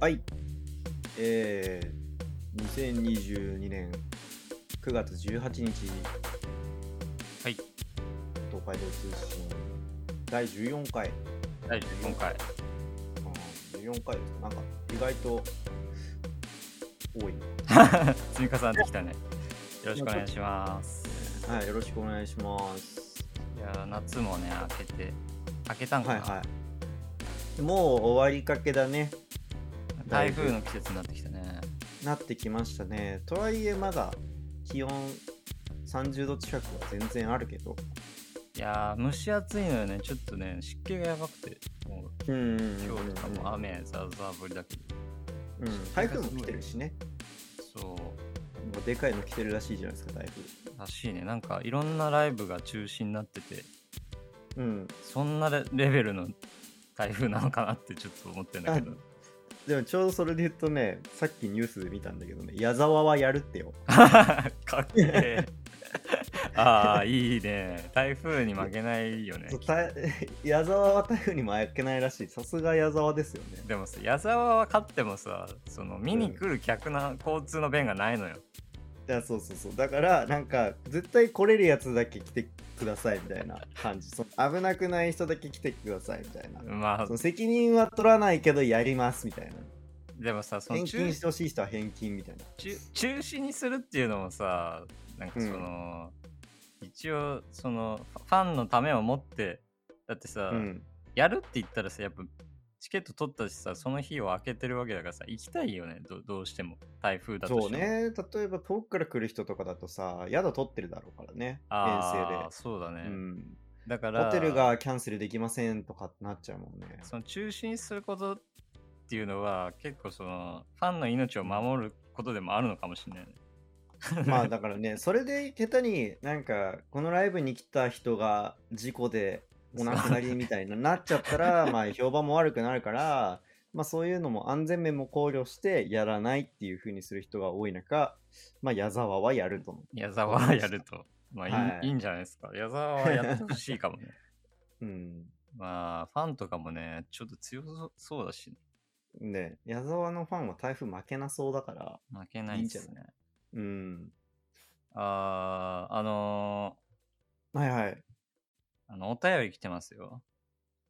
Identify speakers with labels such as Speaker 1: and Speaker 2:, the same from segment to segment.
Speaker 1: はい。えー、2022年9月18日、
Speaker 2: はい。
Speaker 1: 東海道通信第14回、
Speaker 2: 第14回。
Speaker 1: うん、14回ですか、なんか意外と多い。
Speaker 2: 積み重なってきたね。よろしくお願いします。
Speaker 1: はい、よろしくお願いします。
Speaker 2: いやー、夏もね、明けて、明けたんか
Speaker 1: は
Speaker 2: な、
Speaker 1: いはい。もう終わりかけだね。
Speaker 2: 台風の季節になってきたね。
Speaker 1: なってきましたね。とはいえまだ気温30度近くは全然あるけど。
Speaker 2: いやー、蒸し暑いのよね。ちょっとね、湿気がやばくて、もう
Speaker 1: うんうんうん
Speaker 2: 今日とかも
Speaker 1: う
Speaker 2: 雨、ザーザー降りだけど。
Speaker 1: ん、うん、台風も来てるしね。
Speaker 2: そう、
Speaker 1: もうでかいの来てるらしいじゃないですか、台
Speaker 2: らしいね。なんかいろんなライブが中止になってて、
Speaker 1: 風。うん。
Speaker 2: そんなレレベルの台風なのかなってちょっと思ってんだけど。
Speaker 1: でもちょうどそれで言うとね、さっきニュースで見たんだけどね、矢沢はやるってよ。
Speaker 2: かっけえ。 ああ、いいね。台風に負けないよね。
Speaker 1: そうた 矢沢は台風にも負けないらしい。さすが矢沢ですよね。
Speaker 2: でもさ矢沢は勝ってもさその見に来る客な、交通の便がないのよ
Speaker 1: いやそうそうそう。だから、なんか、絶対来れるやつだけ来てくださいみたいな感じ。その危なくない人だけ来てくださいみたいな。
Speaker 2: まあ
Speaker 1: その責任は取らないけどやりますみたいな。
Speaker 2: でもさその
Speaker 1: 返
Speaker 2: 中
Speaker 1: 金してほしい人は返金みたいな。
Speaker 2: 中中止にするっていうのもさなんかその、一応そのフファンのためを持ってだってさ、
Speaker 1: うん。
Speaker 2: やるって言ったらさやっぱチケット取ったしさその日を空けてるわけだからさ行きたいよねどどうしても台風だとして
Speaker 1: そ
Speaker 2: も
Speaker 1: うね。例えば遠くから来る人とかだとさ、宿取ってるだろうからね。
Speaker 2: ああ
Speaker 1: 遠
Speaker 2: そうだね
Speaker 1: 征で。、うん。
Speaker 2: だから
Speaker 1: ホテルがキャンセルできませんとかってなっちゃうもんね。
Speaker 2: その中止にすることっていうのは結構そのファンの命を守ることでもあるのかもしれないね。
Speaker 1: まあだからね、それで下手になんか、このライブに来た人が事故でお亡くなりみたいになっちゃったら、まあ評判も悪くなるから、まあそういうのも安全面も考慮してやらないっていうふうにする人が多い中、まあ矢沢はやると思
Speaker 2: 矢沢はやると。まあいい,、
Speaker 1: はい
Speaker 2: い、いんじゃないですか。矢沢はやってほしいかもね。
Speaker 1: う。うん。
Speaker 2: まあファンとかもね、ちょっと強そそうだし、
Speaker 1: ね、矢沢のファンは台風負けなそうだから、
Speaker 2: 負けないです
Speaker 1: いいん
Speaker 2: ね。
Speaker 1: うん。
Speaker 2: ああ、あの
Speaker 1: はいはい。
Speaker 2: ーあの、お便り来てますよ。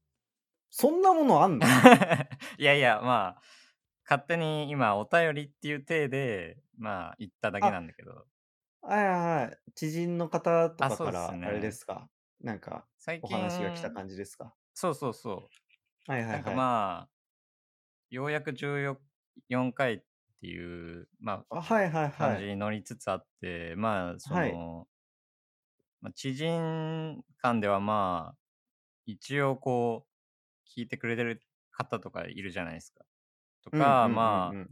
Speaker 1: そんなものあんの
Speaker 2: いやいや、まあ、勝手に今、お便りっていう体で、まあ、言っただけなんだけど、
Speaker 1: はいはいはい。知人の方とか
Speaker 2: あそう
Speaker 1: か
Speaker 2: っ
Speaker 1: ら、
Speaker 2: すね
Speaker 1: あれですかなんか、
Speaker 2: 最
Speaker 1: お
Speaker 2: 近、
Speaker 1: 話が来た感じですか
Speaker 2: そうそうそう。
Speaker 1: はいは
Speaker 2: ないんか
Speaker 1: はい。
Speaker 2: まあ、ようやく14 4回っていう、まあ、
Speaker 1: あ、はいはいは
Speaker 2: 感じ
Speaker 1: い。
Speaker 2: に乗りつつあって、まあ、その、
Speaker 1: はい
Speaker 2: まあ、知人間ではまあ、一応こう、聞いてくれてる方とかいるじゃないですか。とか、まあ、
Speaker 1: あ、
Speaker 2: な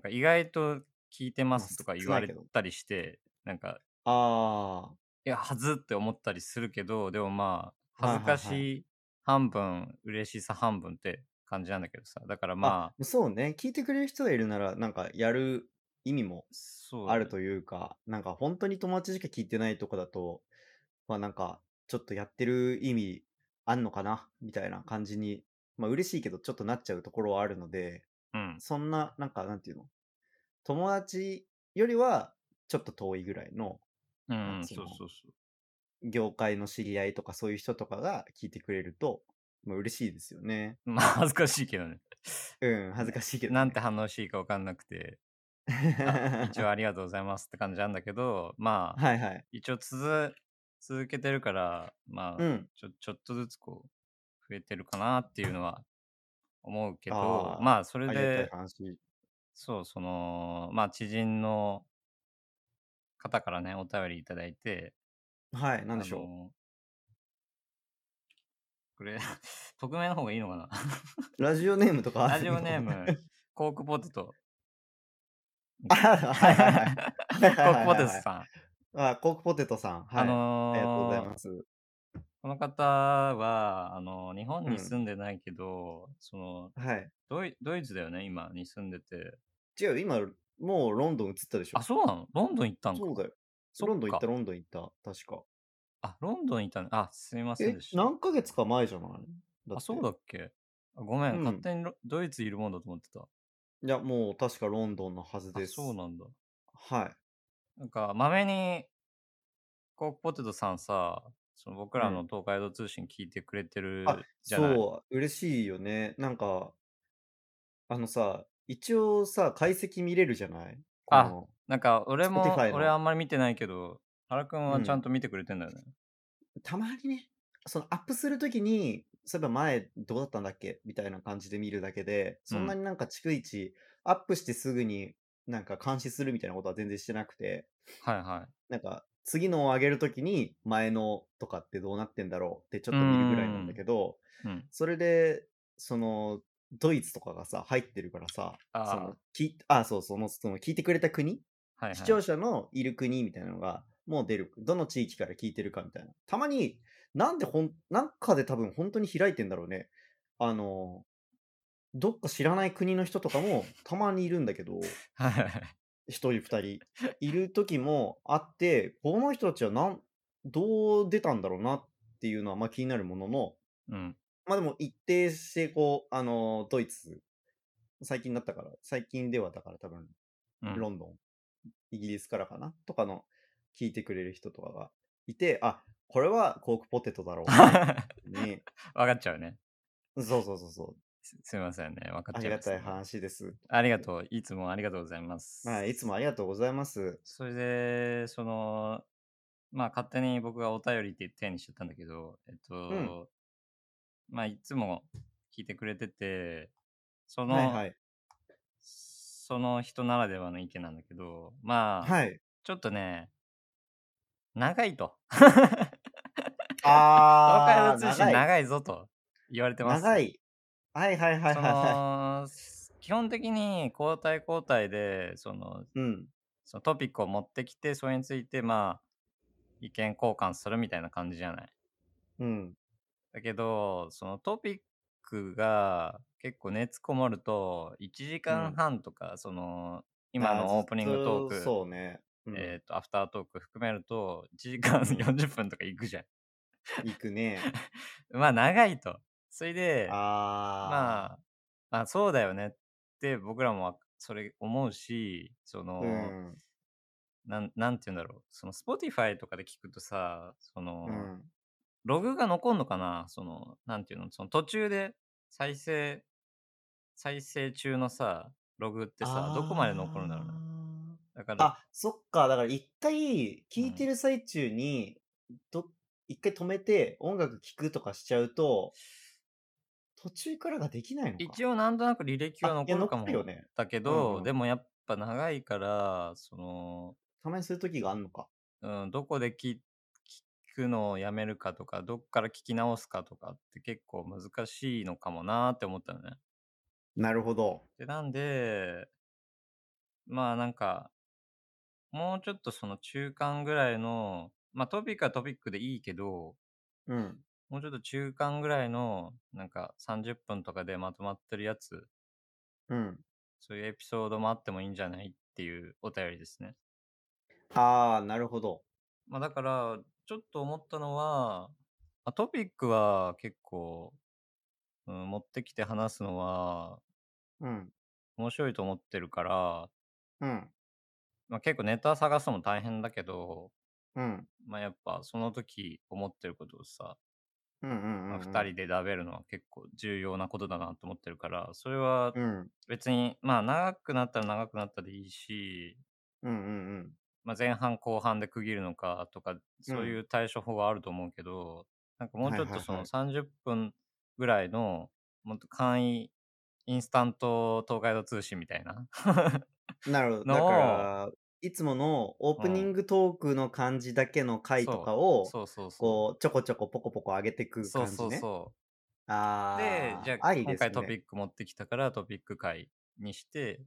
Speaker 2: んか意外と聞いてますとか
Speaker 1: まあ
Speaker 2: 言われ
Speaker 1: 少ないけど
Speaker 2: たりして、なんか、
Speaker 1: あ
Speaker 2: いや、はずって思ったりするけど、でもまあ、
Speaker 1: はいはいはい
Speaker 2: 恥ずかしい半分、嬉しさ半分って感じなんだけどさ。だから
Speaker 1: あ、
Speaker 2: まあ、
Speaker 1: あ、そうね。聞いてくれる人がいるなら、なんかやる意味も
Speaker 2: そう
Speaker 1: あるというか、なんか本当に友達しか聞いてないとかだと、まあなんか、ちょっとやってる意味あんのかなみたいな感じに、まあ嬉しいけど、ちょっとなっちゃうところはあるので、
Speaker 2: うん
Speaker 1: そんな、なんか、なんていうの友達よりは、ちょっと遠いぐらいの
Speaker 2: うん
Speaker 1: 夏
Speaker 2: そう
Speaker 1: の
Speaker 2: そうそう
Speaker 1: 業界の知り合いとかそういう人とかが聞いてくれると、まあ嬉しいですよね。
Speaker 2: まあ恥ずかしいけどね
Speaker 1: うん、恥ずかしいけど、
Speaker 2: なんて反応していいか分かんな くてあ一応ありがとうございますって感じなんだけどまあ
Speaker 1: はいはい。
Speaker 2: 一応続続けてるからまあ、
Speaker 1: うん。
Speaker 2: ちょちょっとずつこう増えてるかなっていうのは思うけど
Speaker 1: あー
Speaker 2: まあそ
Speaker 1: あ
Speaker 2: れ
Speaker 1: りがたい
Speaker 2: で
Speaker 1: 話。
Speaker 2: そうそのまあ知人の方からねお便りいただいて
Speaker 1: はい、なんでし
Speaker 2: あ
Speaker 1: ょ
Speaker 2: のこれ 匿名の方がいいのかな
Speaker 1: う。ラジオネームとかあ
Speaker 2: ラ
Speaker 1: る
Speaker 2: ジ
Speaker 1: の
Speaker 2: オネー。ム、コークポテト。
Speaker 1: あ はいはいはい。
Speaker 2: コーク ポテトさん。
Speaker 1: あ、コークポテトさん。はい。
Speaker 2: あ
Speaker 1: ありがとうござい
Speaker 2: のー
Speaker 1: ます。
Speaker 2: この方は、あのー日本
Speaker 1: うん
Speaker 2: に住んでないけど、その
Speaker 1: はい。
Speaker 2: ドイ、ドイツだよね、今、に住んでて。
Speaker 1: 違う、今、もうロンドン移ったでしょ。
Speaker 2: あ、そうなのロンドン行ったのか
Speaker 1: そうだよ。
Speaker 2: そっか
Speaker 1: ロンドン行った、ロンドン行った。確か。
Speaker 2: あ、ロンドン行ったのあ、すみません
Speaker 1: え
Speaker 2: で、した。
Speaker 1: 何ヶ月か前じゃない
Speaker 2: あ、そう
Speaker 1: だっ
Speaker 2: だっけあごめん、
Speaker 1: うん
Speaker 2: 勝手にロドイツいるもんだと思ってた。
Speaker 1: いや、もう確かロンドンのはず
Speaker 2: あ、
Speaker 1: で
Speaker 2: そう
Speaker 1: す。
Speaker 2: なんだ。
Speaker 1: はい。
Speaker 2: なんか、まめに、コークポテトさんさ、その僕
Speaker 1: う
Speaker 2: らの
Speaker 1: ん。
Speaker 2: 東海道通信聞いてくれて
Speaker 1: あ、
Speaker 2: るじゃない。
Speaker 1: そう、嬉しいよね。なんか、あのさ、一応さ、解析見れるじゃないこ
Speaker 2: あ、
Speaker 1: の、
Speaker 2: なんか、俺も、
Speaker 1: Spotify
Speaker 2: 俺あ
Speaker 1: の。
Speaker 2: んまり見てないけど、原くん
Speaker 1: う
Speaker 2: はちゃん
Speaker 1: ん。
Speaker 2: と見てくれてんだよね。
Speaker 1: たまにね、そのアップするときに、そういえば前どうだったんだっけみたいな感じで見るだけで、
Speaker 2: う。
Speaker 1: そんなんになんか逐一、アップしてすぐになんか監視するみたいなことは全然してなくて、
Speaker 2: はいはい。
Speaker 1: なんか次のを上げるときに前のとかってどうなってんだろうってちょ
Speaker 2: う
Speaker 1: っと見るぐらいなん
Speaker 2: ー
Speaker 1: だ
Speaker 2: ん。
Speaker 1: けど、
Speaker 2: うん。
Speaker 1: それで、その、ドイツとかがさ、入ってるからさ、そ
Speaker 2: あ
Speaker 1: の、きあ、そう、その、その聞いてくれた国
Speaker 2: あ、はい
Speaker 1: 視
Speaker 2: は
Speaker 1: 聴
Speaker 2: い。
Speaker 1: 者のいる国みたいなのが、もう出る。どの地域から聞いてるかみたいな。たまに、なんでほん、なんかで多分本当に開いてんだろうね。あの、どっか知らない国の人とかもたまにいるんだけど、
Speaker 2: はいはい。
Speaker 1: 一人二人いる時もあって、この人たちはなん、どう出たんだろうなっていうのはまあ気になるものの、
Speaker 2: うん。
Speaker 1: まあでも一定してこう、あの、ドイツ、最近だったから、最近ではだから多分、
Speaker 2: うん。
Speaker 1: ロンドン、イギリスからかなとかの聞いてくれる人とかがいて、あ、これはコークポテトだろうな、に、
Speaker 2: わかっちゃうね。
Speaker 1: そうそうそうそう、
Speaker 2: すすいませんね。わかっ
Speaker 1: あ
Speaker 2: ち
Speaker 1: り
Speaker 2: ゃ
Speaker 1: が
Speaker 2: います
Speaker 1: たい
Speaker 2: ね。
Speaker 1: 話です。
Speaker 2: ありがとう。いつもありがとうございま
Speaker 1: まあ、いつ
Speaker 2: す。
Speaker 1: もありがとうございます。
Speaker 2: それで、その、まあ勝手に僕がお便りって手にしちゃったんだけど、えっ
Speaker 1: うん。
Speaker 2: と、まあいつも聞いてくれてて、そ
Speaker 1: はい
Speaker 2: の、
Speaker 1: はい。
Speaker 2: その人ならではの意見なんだけど、まあ、
Speaker 1: はい。
Speaker 2: ちょっとね、長いと。東海
Speaker 1: あ
Speaker 2: 道
Speaker 1: ー、
Speaker 2: 通信
Speaker 1: 長い。
Speaker 2: 長いぞと言われてます。
Speaker 1: 長い。はいはいはい
Speaker 2: そ
Speaker 1: はいはい。
Speaker 2: の、基本的に交代交代で、その、
Speaker 1: うん。
Speaker 2: そのトピックを持ってきて、それについて、まあ、意見交換するみたいな感じじゃない。
Speaker 1: うん。
Speaker 2: だけど、そのトピックが結構熱こもると、1
Speaker 1: うん。
Speaker 2: 時間半とか、その、今
Speaker 1: あー、
Speaker 2: の
Speaker 1: ず
Speaker 2: オー
Speaker 1: っ
Speaker 2: プニングト
Speaker 1: と、
Speaker 2: ーク、
Speaker 1: そうね。うん。
Speaker 2: えっ、と、アフタートーク含めると、
Speaker 1: う
Speaker 2: 1時間
Speaker 1: ん。
Speaker 2: 40分とかいくじゃん。
Speaker 1: 行く ね。
Speaker 2: まあ、長いと。それで、
Speaker 1: あ
Speaker 2: まあ、まあ、そうだよねって僕らもわそれ思うし、そ
Speaker 1: ー、う
Speaker 2: の、
Speaker 1: ん。
Speaker 2: なん、なんて言うんだろう。その、Spotify とかで聞くとさ、そうの、
Speaker 1: ん。
Speaker 2: ログが残んのかなその、なんていうのその途中で再生、再生中のさ、ログってさ、どこまで残るんだろうな。
Speaker 1: あ
Speaker 2: だか
Speaker 1: あ。
Speaker 2: ら、
Speaker 1: あ、そっか。だから一回
Speaker 2: う
Speaker 1: 聞いて
Speaker 2: ん。
Speaker 1: る最中に、ど、一回止めて音楽聞くとかしちゃうと、途中からができないのか。
Speaker 2: 一応なんとなく履歴は
Speaker 1: あ、いや、
Speaker 2: 残るか
Speaker 1: 残るよ
Speaker 2: も、
Speaker 1: ね。
Speaker 2: だけ
Speaker 1: うん
Speaker 2: ど、
Speaker 1: う
Speaker 2: で
Speaker 1: ん。
Speaker 2: もやっぱ長いから、その、
Speaker 1: たまにするときがあんのか。
Speaker 2: うん、どこで聞聞くのをやめるかとか、どっから聞き直すかとかって結構難しいのかもなーって思ったのね。
Speaker 1: なるほど。
Speaker 2: で、なんで、まあなんか、もうちょっとその中間ぐらいの、まあトピックはトピックでいいけど、
Speaker 1: うん。
Speaker 2: もうちょっと中間ぐらいの、なんか30分とかでまとまってるやつ、
Speaker 1: うん。
Speaker 2: そういうエピソードもあってもいいんじゃないっていうお便りですね。
Speaker 1: あー、なるほど。
Speaker 2: まあだから、ちょっと思ったのは、まあ、トピックは結構、うん、持ってきて話すのは
Speaker 1: うん。
Speaker 2: 面白いと思ってるから、
Speaker 1: うん。
Speaker 2: まあ、結構ネタ探すのも大変だけど、
Speaker 1: うん。
Speaker 2: まあ、やっぱその時思ってることをさ、
Speaker 1: うんう
Speaker 2: まあ、
Speaker 1: んう
Speaker 2: 2
Speaker 1: ん
Speaker 2: 人で食べるのは結構重要なことだなと思ってるからそれは
Speaker 1: うん。うん
Speaker 2: 別にまあ長くなったら長くなったでいいし、
Speaker 1: うんうんうん。
Speaker 2: まあ、前半後半で区切るのかとか
Speaker 1: う
Speaker 2: そうい
Speaker 1: ん。
Speaker 2: う対処法はあると思うけどなんかもう
Speaker 1: はい
Speaker 2: ちょっ
Speaker 1: は
Speaker 2: と
Speaker 1: い
Speaker 2: そ
Speaker 1: は
Speaker 2: の
Speaker 1: い。
Speaker 2: 30分ぐらいのもっと簡易インスタント東海道通信みたいな
Speaker 1: なるほど。だか
Speaker 2: のを、
Speaker 1: ら、いつものオー
Speaker 2: う
Speaker 1: プニ
Speaker 2: ん、
Speaker 1: ングトークの感じだけの回とか
Speaker 2: そう
Speaker 1: を、
Speaker 2: そうそうそう
Speaker 1: こう、ちょこちょこポコポコ上げてく
Speaker 2: そう
Speaker 1: 感じ
Speaker 2: そう
Speaker 1: ね。
Speaker 2: そうで、じ
Speaker 1: あ
Speaker 2: ゃあ
Speaker 1: ー、あり
Speaker 2: 今
Speaker 1: で
Speaker 2: 回
Speaker 1: す
Speaker 2: トピ
Speaker 1: ね。
Speaker 2: ック持ってきたからトピック回にして、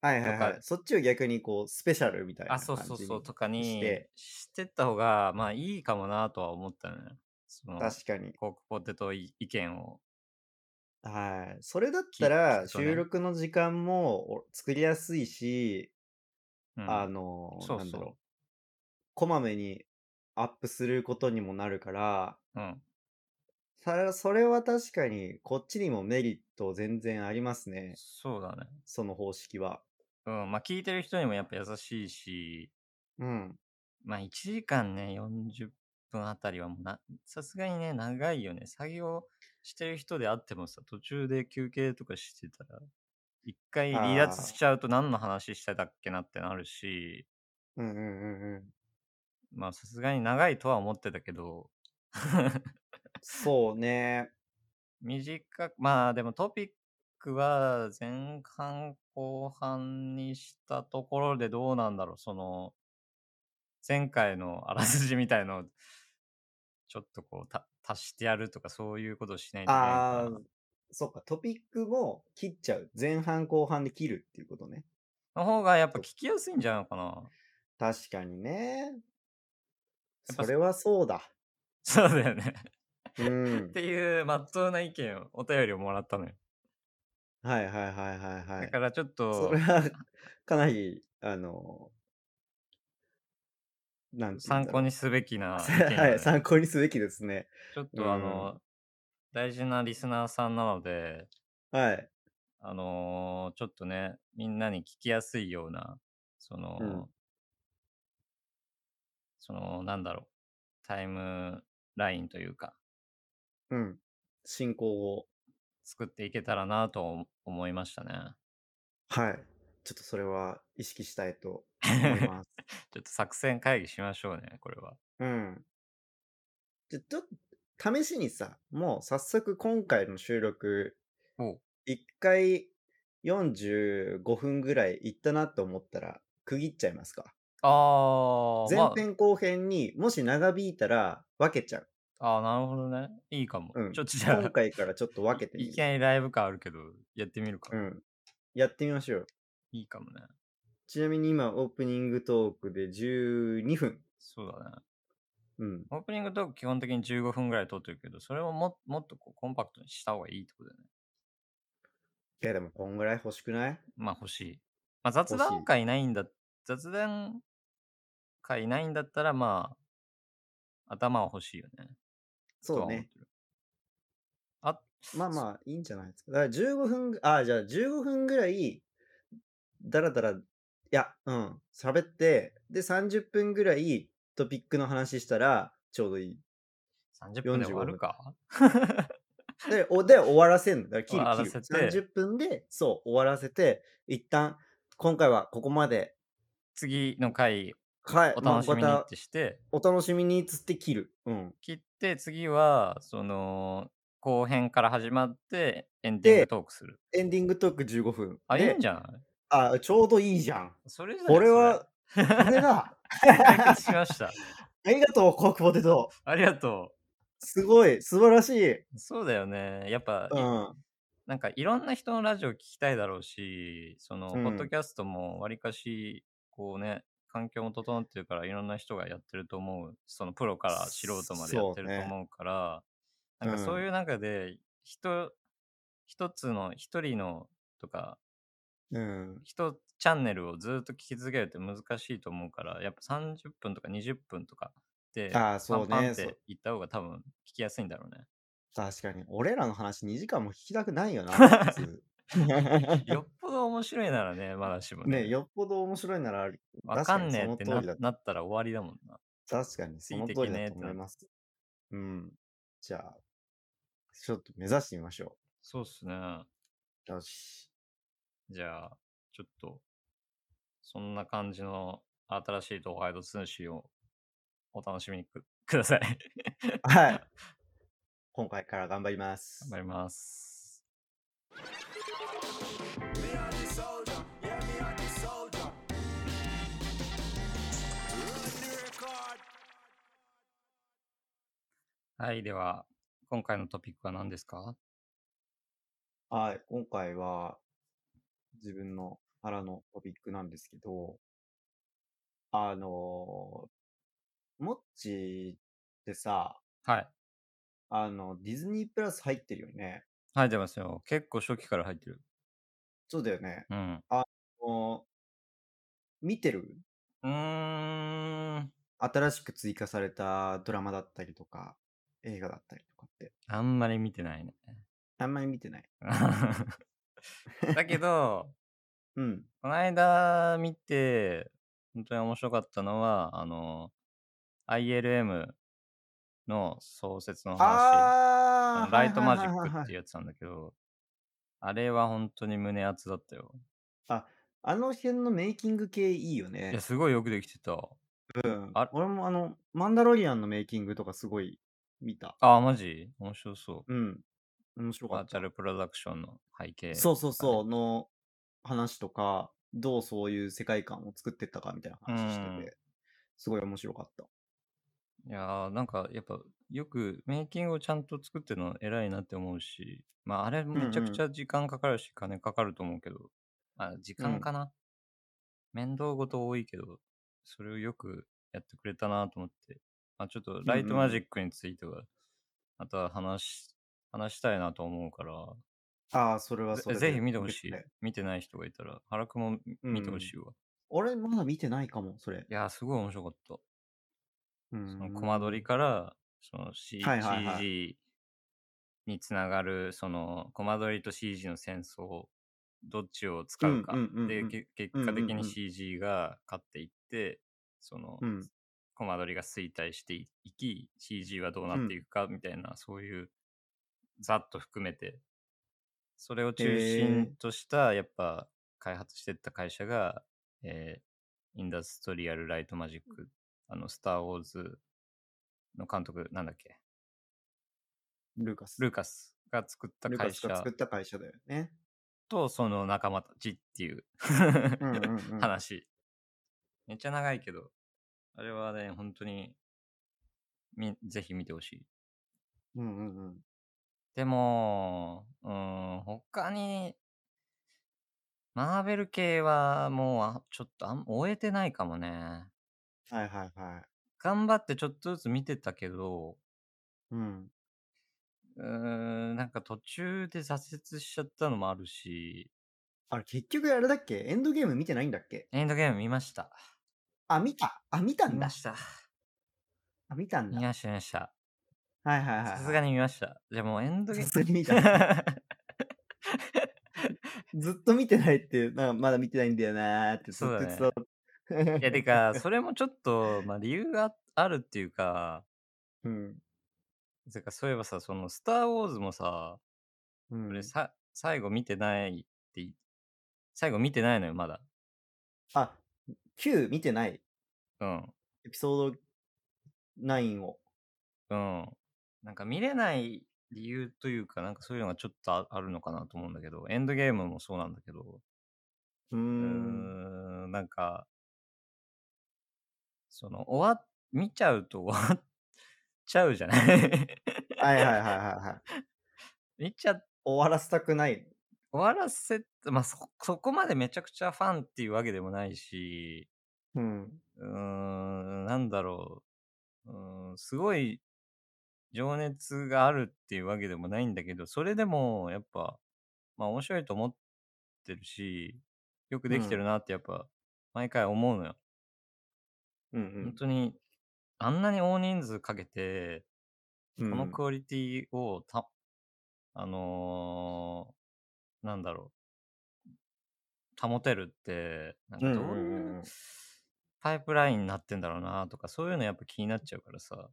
Speaker 1: はいは
Speaker 2: と
Speaker 1: いは
Speaker 2: か、
Speaker 1: い。そっちを逆にこう、スペシャルみたい
Speaker 2: あ、
Speaker 1: な
Speaker 2: そう
Speaker 1: 感
Speaker 2: そう
Speaker 1: じ
Speaker 2: そう
Speaker 1: に
Speaker 2: とか
Speaker 1: し
Speaker 2: に
Speaker 1: て、
Speaker 2: してった方が、まあいいかもなとは思ったのね。その、
Speaker 1: 確かに。
Speaker 2: コークポテトい意見を
Speaker 1: はい。それだった
Speaker 2: 聞聞
Speaker 1: ら、
Speaker 2: くと
Speaker 1: 収
Speaker 2: ね。
Speaker 1: 録の時間もお作りやすいし、
Speaker 2: う
Speaker 1: あ
Speaker 2: ん。
Speaker 1: の、
Speaker 2: そう
Speaker 1: なんだ
Speaker 2: そ
Speaker 1: ろう。こまめにアップすることにもなるから、
Speaker 2: う。うん。
Speaker 1: ただ、それは確かに、こっちにもメリット全然ありますね。
Speaker 2: そうだね。
Speaker 1: その方式は。
Speaker 2: うん。まあ、聞いてる人にもやっぱ優しいし、
Speaker 1: うん。
Speaker 2: まあ、1時間ね、40分あたりはもうな、さすがにね、長いよね。作業してる人であってもさ、途中で休憩とかしてたら、一回離脱
Speaker 1: あ
Speaker 2: し
Speaker 1: あ。
Speaker 2: ちゃうと何の話してたっけなってなるし、
Speaker 1: うんうんうんうん。
Speaker 2: まあ、さすがに長いとは思ってたけど、
Speaker 1: そう ね。
Speaker 2: 短く、まあでもトピックは前半後半にしたところでどうなんだろう。その前回のあらすじみたいのをちょっとこうた足してやるとかそういうことをしないといけないのか
Speaker 1: ああ、
Speaker 2: な。
Speaker 1: そっか、トピックも切っちゃう。前半後半で切るっていうことね。
Speaker 2: の方がやっぱ
Speaker 1: と
Speaker 2: 聞きやすいんじゃないのかな。
Speaker 1: 確かにね。
Speaker 2: やっ
Speaker 1: そ
Speaker 2: ぱそ
Speaker 1: れはそうだ。
Speaker 2: そうだよね。
Speaker 1: う
Speaker 2: っ
Speaker 1: ん。
Speaker 2: ていうまっとうな意見をお便りをもらったのよ。
Speaker 1: はいはいはいはいは
Speaker 2: だ
Speaker 1: い。
Speaker 2: からちょっ
Speaker 1: それ
Speaker 2: と
Speaker 1: はかなり、あの、なんて言うん
Speaker 2: 参
Speaker 1: だ
Speaker 2: 考
Speaker 1: ろ
Speaker 2: にすべき
Speaker 1: う。
Speaker 2: な意見
Speaker 1: は
Speaker 2: だ
Speaker 1: い、
Speaker 2: ね。
Speaker 1: 参考にすべきですね。
Speaker 2: ちょっ
Speaker 1: う
Speaker 2: とあ
Speaker 1: ん。
Speaker 2: の大事なリスナーさんなので、
Speaker 1: はい。
Speaker 2: あのーちょっとね、みんなに聞きやすいような、そ
Speaker 1: うん。
Speaker 2: の、その、なんだろう、タイムラインというか、
Speaker 1: うん。進行を。
Speaker 2: 作っていけたらなと思思いましたね。
Speaker 1: はい。ちょっとそれは意識したいと思い
Speaker 2: ち
Speaker 1: ます。
Speaker 2: ょっと作戦会議しましょうね、これは。
Speaker 1: うん。じゃ、ちょっと、試しにさ、もう早速今回の収録、
Speaker 2: おう
Speaker 1: 一回45分ぐらいいったなと思ったら、区切っちゃいますか。
Speaker 2: あー、
Speaker 1: 前
Speaker 2: ま
Speaker 1: 編後編にもし長引いたら分けちゃう。
Speaker 2: あ、あーなるほどね。いいかも。
Speaker 1: う
Speaker 2: ち
Speaker 1: ん。
Speaker 2: ょっとじゃ
Speaker 1: 今
Speaker 2: あ、
Speaker 1: 回からちょっと分
Speaker 2: い
Speaker 1: けて
Speaker 2: い
Speaker 1: み
Speaker 2: きな
Speaker 1: る。
Speaker 2: りライブ感あるけど、やってみるか。
Speaker 1: うん。やってみましょう。
Speaker 2: いいかもね。
Speaker 1: ちなみに今オープニングトークで12分。
Speaker 2: そうだね。
Speaker 1: うん。
Speaker 2: オープニングトーク基本的に15分ぐらい撮ってるけど、それをももっとこうコンパクトにした方がいいってことだよね。
Speaker 1: いやでもこんぐらい欲しくない
Speaker 2: まあ欲しい。まあ雑
Speaker 1: 欲し
Speaker 2: 談
Speaker 1: い。
Speaker 2: 会ないんだ、雑談会ないんだったらまあ頭は欲しいよね。
Speaker 1: そ
Speaker 2: と
Speaker 1: う
Speaker 2: は思っ
Speaker 1: ね。
Speaker 2: てる。あ、
Speaker 1: まあ
Speaker 2: そ
Speaker 1: まあいいんじゃないですか。だから15分ぐ、あ、じゃあ15分ぐらいだらだら、いや、うん、喋って、で、30分ぐらいトピックの話したら、ちょうどいい。
Speaker 2: 30分で
Speaker 1: 45
Speaker 2: 終わる
Speaker 1: 分。
Speaker 2: か
Speaker 1: で、おで終わらせんの。だから
Speaker 2: 終
Speaker 1: 切る
Speaker 2: わ
Speaker 1: 切
Speaker 2: ら
Speaker 1: る。
Speaker 2: せ
Speaker 1: 30
Speaker 2: て、
Speaker 1: 分で、そう、終わらせて、一旦、今回はここまで、
Speaker 2: 次の回
Speaker 1: はい、
Speaker 2: お
Speaker 1: まあ、
Speaker 2: 楽し
Speaker 1: ま、
Speaker 2: みにったてして、
Speaker 1: お楽しみにっつって切る。うん。
Speaker 2: 切って次は、その、後編から始まってエンディング
Speaker 1: で、
Speaker 2: トークする。
Speaker 1: エンディングトーク15分。
Speaker 2: あ、いいん
Speaker 1: で、
Speaker 2: じゃない
Speaker 1: あ、ちょうどいいじゃん。
Speaker 2: それじゃ
Speaker 1: こ
Speaker 2: ない
Speaker 1: れ
Speaker 2: それ。
Speaker 1: は、これだ。
Speaker 2: 解決しました。
Speaker 1: ありがとう、コークポテト。
Speaker 2: ありがと
Speaker 1: すごい、素晴らしい。
Speaker 2: う。そうだよね。やっぱ、
Speaker 1: う
Speaker 2: い
Speaker 1: ん。
Speaker 2: なんかいろんな人のラジオ聞きたいだろうし、そうの、ポッド
Speaker 1: ん。
Speaker 2: キャストもわりかし、こうね、環境も整ってるから、いろんな人がやってると思う。そのプロから素人までやっ
Speaker 1: そ
Speaker 2: て
Speaker 1: う
Speaker 2: ると
Speaker 1: ね。
Speaker 2: 思うから、なん
Speaker 1: う
Speaker 2: かそうい
Speaker 1: ん。
Speaker 2: う中で、人、一つの、一人のとか、
Speaker 1: うん。
Speaker 2: 一チャンネルをずっと聞き続けるって難しいと思うから、やっぱ30分とか20分とかで、
Speaker 1: ああ、
Speaker 2: パ
Speaker 1: そう
Speaker 2: ンパンっ
Speaker 1: ね。そ
Speaker 2: て言った方が多分聞きやすいんだろうね。
Speaker 1: 確かに。俺らの話2時間も聞きたくない よな、普通。
Speaker 2: よっぽど面白いならね、まだしも
Speaker 1: ね、
Speaker 2: ね。
Speaker 1: よっぽど面白いならある、
Speaker 2: わ
Speaker 1: 確
Speaker 2: か
Speaker 1: か
Speaker 2: ん
Speaker 1: にそ
Speaker 2: ねえっ
Speaker 1: の
Speaker 2: て
Speaker 1: 通り
Speaker 2: な
Speaker 1: だ。
Speaker 2: なったら終わりだもんな。
Speaker 1: 確かにそ
Speaker 2: つい
Speaker 1: の
Speaker 2: て
Speaker 1: 通
Speaker 2: け
Speaker 1: りだ
Speaker 2: ねえっ
Speaker 1: と
Speaker 2: て
Speaker 1: 思
Speaker 2: ないって。
Speaker 1: ます。うん。じゃあ、ちょっと目指してみましょ
Speaker 2: そうっすね。
Speaker 1: う。よし。
Speaker 2: じゃあ、ちょっと、そんな感じの新しい東海道通信をお楽しみにく ください。
Speaker 1: はい。 今回から頑張りま
Speaker 2: 頑張
Speaker 1: す。
Speaker 2: ります。はい、では、今回のトピックは何ですか
Speaker 1: はい。今回は自分の腹のトピックなんですけど、あのー、もっちってさ、
Speaker 2: はい。
Speaker 1: あの、ディズニープラス入ってるよね。
Speaker 2: 入ってますよ。結構初期から入ってる。
Speaker 1: そうだよね。
Speaker 2: うん。
Speaker 1: あの、見てる
Speaker 2: うーん。
Speaker 1: 新しく追加されたドラマだったりとか、映画だったりとかって。
Speaker 2: あんまり見てないね。
Speaker 1: あんまり見てない。
Speaker 2: だけ ど、
Speaker 1: うん。
Speaker 2: この間見て、本当に面白かったのは、あの、ILM の創設の話、あ
Speaker 1: あ
Speaker 2: の
Speaker 1: あ
Speaker 2: ライトマジックって
Speaker 1: う。
Speaker 2: いうやつなんだけど、あれは本当に胸熱だったよ。
Speaker 1: あの辺のメイキング系いいよ
Speaker 2: いや、
Speaker 1: ね。
Speaker 2: すごいよくできてた。
Speaker 1: うん
Speaker 2: あ。
Speaker 1: 俺もあの、マンダロリアンのメイキングとかすごい見た。
Speaker 2: あ、マジ面白そ
Speaker 1: う
Speaker 2: う。
Speaker 1: ん。面白か
Speaker 2: バー
Speaker 1: っ
Speaker 2: チャ
Speaker 1: た。
Speaker 2: ルプロダクションの背景。
Speaker 1: そうそう
Speaker 2: とかね
Speaker 1: そう、の話とか、どうそういう世界観を作ってったかみたいな話して
Speaker 2: うん
Speaker 1: て、すごい面白かった。
Speaker 2: いやーなんかやっぱよくメイキングをちゃんと作ってるの偉いなって思うし、まああれめちゃくちゃ時間かかるし金かかると思うけど、まあ時間かな、面倒事多いけど、それをよくやってくれたなと思って、まあちょっとライトマジックについては、また話し、話したいなと思うから、
Speaker 1: ああ、それはそ
Speaker 2: ぜ
Speaker 1: れ
Speaker 2: ぜ
Speaker 1: で
Speaker 2: ひ見てほしい
Speaker 1: 別で。
Speaker 2: 見てない人がいたら、原くんも見てほしいわ。
Speaker 1: 俺まだ見てないかも、それ。
Speaker 2: いやーすごい面白かった。
Speaker 1: う
Speaker 2: そ
Speaker 1: ん
Speaker 2: のコマ撮りから、その C、
Speaker 1: はいはいはい
Speaker 2: g につながる、そのコマ撮りと CG の戦争、どっちを使うか。
Speaker 1: うんうんうんうん
Speaker 2: で、け結果
Speaker 1: うん
Speaker 2: 的
Speaker 1: うんう
Speaker 2: に
Speaker 1: ん
Speaker 2: CG が勝っていって、その、
Speaker 1: うん。
Speaker 2: コマ撮りが衰退していき、CG はどうなっていくかみたいな、そういう、ざっと含めて、それを中
Speaker 1: へ
Speaker 2: 心とした、やっぱ、開発してった会社が、えーインダストリアル・ライト・マジック、あの、スター・ウォーズの監督、なんだっけ、
Speaker 1: ルーカス。
Speaker 2: ルーカスが作った
Speaker 1: ルーカ
Speaker 2: 会
Speaker 1: スが
Speaker 2: 社
Speaker 1: 作った会社だよ ね。
Speaker 2: と、その仲間たちっていう
Speaker 1: うんうんうん
Speaker 2: 話。めっちゃ長いけど、あれはね、本当に、みぜひ見てほしい。
Speaker 1: うんうんうん。
Speaker 2: でも、うーん、他に、マーベル系はもうあ、ちょっとあん終えてないかもね。
Speaker 1: はいはいはい。
Speaker 2: 頑張ってちょっとずつ見てたけど、
Speaker 1: うん。
Speaker 2: うーん、なんか途中で挫折しちゃったのもあるし、
Speaker 1: あれ、結局あれだっけエンドゲーム見てないんだっけ
Speaker 2: エンドゲーム見ました。
Speaker 1: あ、見た。あ、見たん
Speaker 2: 見ま
Speaker 1: だ。
Speaker 2: した。
Speaker 1: あ、見たん
Speaker 2: 見
Speaker 1: だ。
Speaker 2: ました、見ました。
Speaker 1: はいはいはいはい。
Speaker 2: さすがに見ました。じゃあもうエンドゲ
Speaker 1: さ
Speaker 2: ー
Speaker 1: すがに見た。
Speaker 2: ム。
Speaker 1: ずっと見てないって、なんかまだ見てないんだよなーってずっ
Speaker 2: そう
Speaker 1: と
Speaker 2: だね
Speaker 1: 伝わって。
Speaker 2: いや、てか、それもちょっと、まあ理由があるっていうか、
Speaker 1: うん。
Speaker 2: てかそういえばさ、その、スター・ウォーズもさ、
Speaker 1: う
Speaker 2: 俺
Speaker 1: ん、
Speaker 2: さ、最後見てないって言い、最後見てないのよ、まだ。
Speaker 1: あ、9見てない。
Speaker 2: うん。
Speaker 1: エピソード9を。
Speaker 2: うん。なんか見れない理由というか、なんかそういうのがちょっとああるのかなと思うんだけど、エンドゲームもそうなんだけど、
Speaker 1: うー
Speaker 2: うー
Speaker 1: ん。
Speaker 2: ん、 なんか、その、終わっ、見ちゃうと 終わっちゃうじゃない
Speaker 1: はいはいはいはいはい。
Speaker 2: 見ちゃ、
Speaker 1: 終わらせたくない。
Speaker 2: 終わらせ、まあそ、そこまでめちゃくちゃファンっていうわけでもないし、
Speaker 1: うん。
Speaker 2: うーん、なんだろう。うーん、すごい情熱があるっていうわけでもないんだけど、それでもやっぱ、まあ面白いと思ってるし、よくできてるなってやっぱ、毎回思うのよ。
Speaker 1: うん
Speaker 2: 本当に、あんなに大人数かけて、
Speaker 1: うん。
Speaker 2: このクオリティをた、あのーなんだろう、保てるって、なんかどう
Speaker 1: うんうんうん
Speaker 2: いううんパイプラインになってんだろうなとか、そういうのやっぱ気になっちゃうからさ。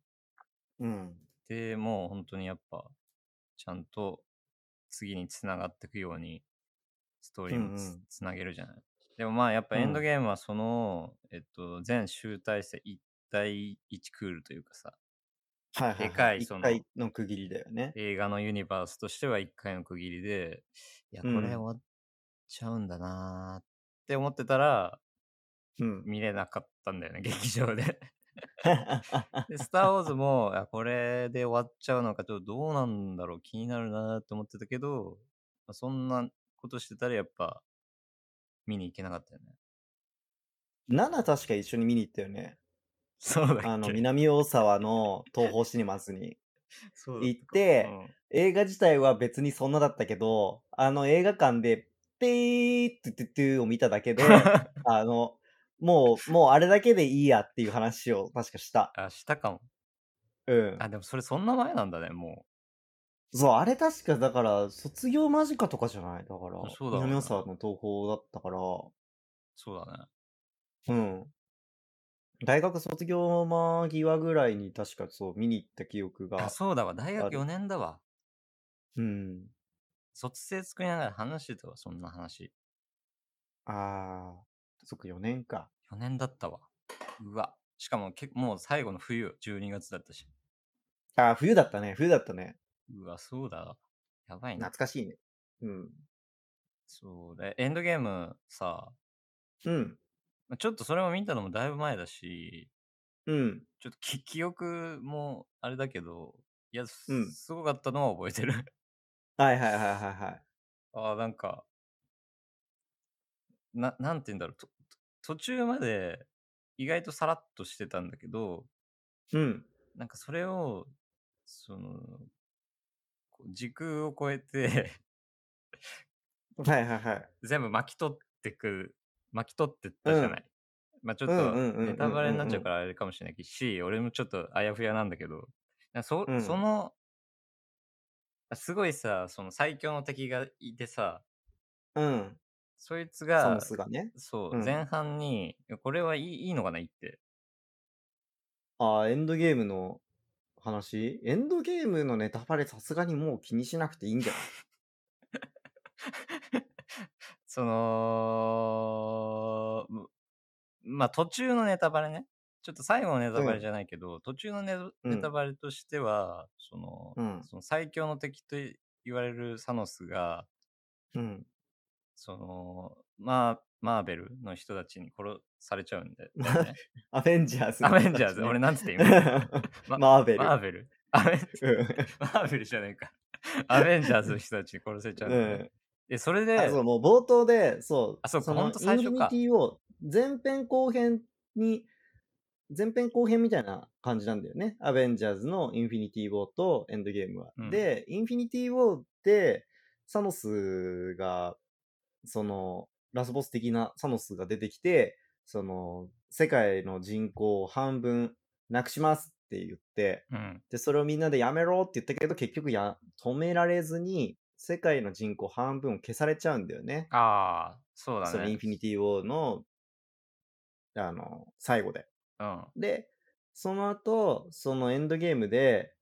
Speaker 1: うん。
Speaker 2: で、もう本当にやっぱ、ちゃんと次につながっていくように、ストーリーもつ,、
Speaker 1: うんうん
Speaker 2: なげるじゃない。でもまあやっぱエンド
Speaker 1: うん
Speaker 2: ゲームはその、えっと、全集大成一対一クールというかさ、
Speaker 1: はいはい、はい。
Speaker 2: でかい
Speaker 1: 一
Speaker 2: その
Speaker 1: 回の区切りだよね。
Speaker 2: 映画のユニバースとしては一回の区切りで、いや、こ
Speaker 1: うん
Speaker 2: れ終わっちゃうんだなーって思ってたら、
Speaker 1: うん。
Speaker 2: 見れなかったんだよね、 劇場で。で、スター・ウォーズも、あこれで終わっちゃうのか、ちょっとどうなんだろう、気になるなーって思ってたけど、まあそんなことしてたら、やっぱ、見に行けなかったよね。
Speaker 1: 7確か一緒に見に行ったよ ね。
Speaker 2: そうだ
Speaker 1: あ
Speaker 2: っ
Speaker 1: の、
Speaker 2: け
Speaker 1: 南大沢の東宝シネマズに。
Speaker 2: そうだ
Speaker 1: 行っ
Speaker 2: った
Speaker 1: て、
Speaker 2: かうん
Speaker 1: 映画自体は別にそんなだったけど、あの映画館で、ピーットゥトゥトゥを見ただ けで、あの、もう、もうあれだけでいいやっていう話を確かした。
Speaker 2: あ、したかも。
Speaker 1: うん。
Speaker 2: あ、でもそれそんな前なんだね、も
Speaker 1: そう、あれ確かだから、卒業間近とかじゃないだから、
Speaker 2: そうだろう
Speaker 1: 南大
Speaker 2: ね。
Speaker 1: 沢の東宝だったから、
Speaker 2: そう だね。
Speaker 1: うん。大学卒業間際ぐらいに確かそう、見に行った記憶
Speaker 2: あ、
Speaker 1: が
Speaker 2: そうだわ。大
Speaker 1: あ
Speaker 2: 学
Speaker 1: る。
Speaker 2: 4年だわ。
Speaker 1: うん。
Speaker 2: 卒生作りながら話してたわ、そんな話。
Speaker 1: ああ、そっか、4年か。
Speaker 2: 4年だったわ。うわ。しかも、けもう最後の冬、12月だったし。
Speaker 1: ああ、冬だったね、冬だったね。
Speaker 2: うわ、そうだ。やばいな。
Speaker 1: 懐かしいね。うん。
Speaker 2: そうだ。エンドゲームさ、
Speaker 1: うん。
Speaker 2: ちょっとそれも見たのもだいぶ前だし、
Speaker 1: うん。
Speaker 2: ちょっとき記憶もあれだけど、いや、
Speaker 1: うん。
Speaker 2: すごかったのは覚えてる。
Speaker 1: はいはいはいはいはい。
Speaker 2: ああ、なんか、な、なんて言うんだろう。と途中まで意外とさらっとしてたんだけど、
Speaker 1: うん。
Speaker 2: なんかそれを、その、こう時空を超えて
Speaker 1: はいはいはい。
Speaker 2: 全部巻き取ってく、巻き取ってっ
Speaker 1: う。
Speaker 2: たじゃなんい。まあちょっ
Speaker 1: うんう
Speaker 2: と
Speaker 1: んう
Speaker 2: ネ
Speaker 1: んう
Speaker 2: タ
Speaker 1: ん
Speaker 2: バ
Speaker 1: う
Speaker 2: レに
Speaker 1: ん
Speaker 2: なっ
Speaker 1: う。
Speaker 2: ちゃうんからあれかもしれないし、俺もちょっとあやふやなんだけど、なそうそ
Speaker 1: ん。
Speaker 2: の、すごいさ、その最強の敵がいてさ、
Speaker 1: うん。
Speaker 2: そいつ
Speaker 1: サム
Speaker 2: が、
Speaker 1: スがね。
Speaker 2: そうう、前
Speaker 1: ん。
Speaker 2: 半に、いやこれはいいいいのかないって。
Speaker 1: ああ、エンドゲームの話エンドゲームのネタバレさすがにもう気にしなくていいんじゃない
Speaker 2: その、むまあ途中のネタバレね。ちょっと最後のネタ
Speaker 1: う
Speaker 2: バレ
Speaker 1: ん。
Speaker 2: じゃないけど、途中のネ
Speaker 1: う
Speaker 2: ネタ
Speaker 1: ん。
Speaker 2: バレとしては、その、
Speaker 1: うん。
Speaker 2: その最強の敵とい言われるサノスが、
Speaker 1: うん。
Speaker 2: その、まあ、マーベルの人たちに殺されちゃうんだ
Speaker 1: ま
Speaker 2: だよ
Speaker 1: あ
Speaker 2: ね。
Speaker 1: アベンジャーズ
Speaker 2: ア
Speaker 1: の
Speaker 2: ベ
Speaker 1: 人
Speaker 2: ン
Speaker 1: た
Speaker 2: ジャー
Speaker 1: ち
Speaker 2: ズ、俺
Speaker 1: ね。
Speaker 2: なんつって今。ま、
Speaker 1: マー ベ
Speaker 2: マ
Speaker 1: ル。
Speaker 2: ーベルアベン、
Speaker 1: うん。
Speaker 2: マーベルじゃないか。アベンジャーズの人たちに殺されちゃうん
Speaker 1: う
Speaker 2: だよね。
Speaker 1: ん。
Speaker 2: で、それ
Speaker 1: あ、そ
Speaker 2: で、
Speaker 1: う、もう冒頭で、そう、
Speaker 2: あ、そう
Speaker 1: そ
Speaker 2: か、ほん
Speaker 1: の
Speaker 2: と
Speaker 1: イ
Speaker 2: 最
Speaker 1: ンフィ
Speaker 2: 初
Speaker 1: ニ
Speaker 2: か。
Speaker 1: ティを前編後編に、前編後編みたいな感じなんだよね。アベンジャーズのインフィニティ・ウォーとエンドゲームは。
Speaker 2: うん。
Speaker 1: で、インフィニティ・ウォーで、サノスが、その、ラスボス的なサノスが出てきて、その、世界の人口を半分なくしますって言って、
Speaker 2: うん。
Speaker 1: で、それをみんなでやめろって言ったけど、結局や、止められずに、世界の人口半分を消されちゃうんだよね。
Speaker 2: ああ、そうだ
Speaker 1: そのイ
Speaker 2: ね。
Speaker 1: ンフィニティ・ウォーの、あの、最後で。
Speaker 2: うん。
Speaker 1: で、その後、そのエンドゲームで、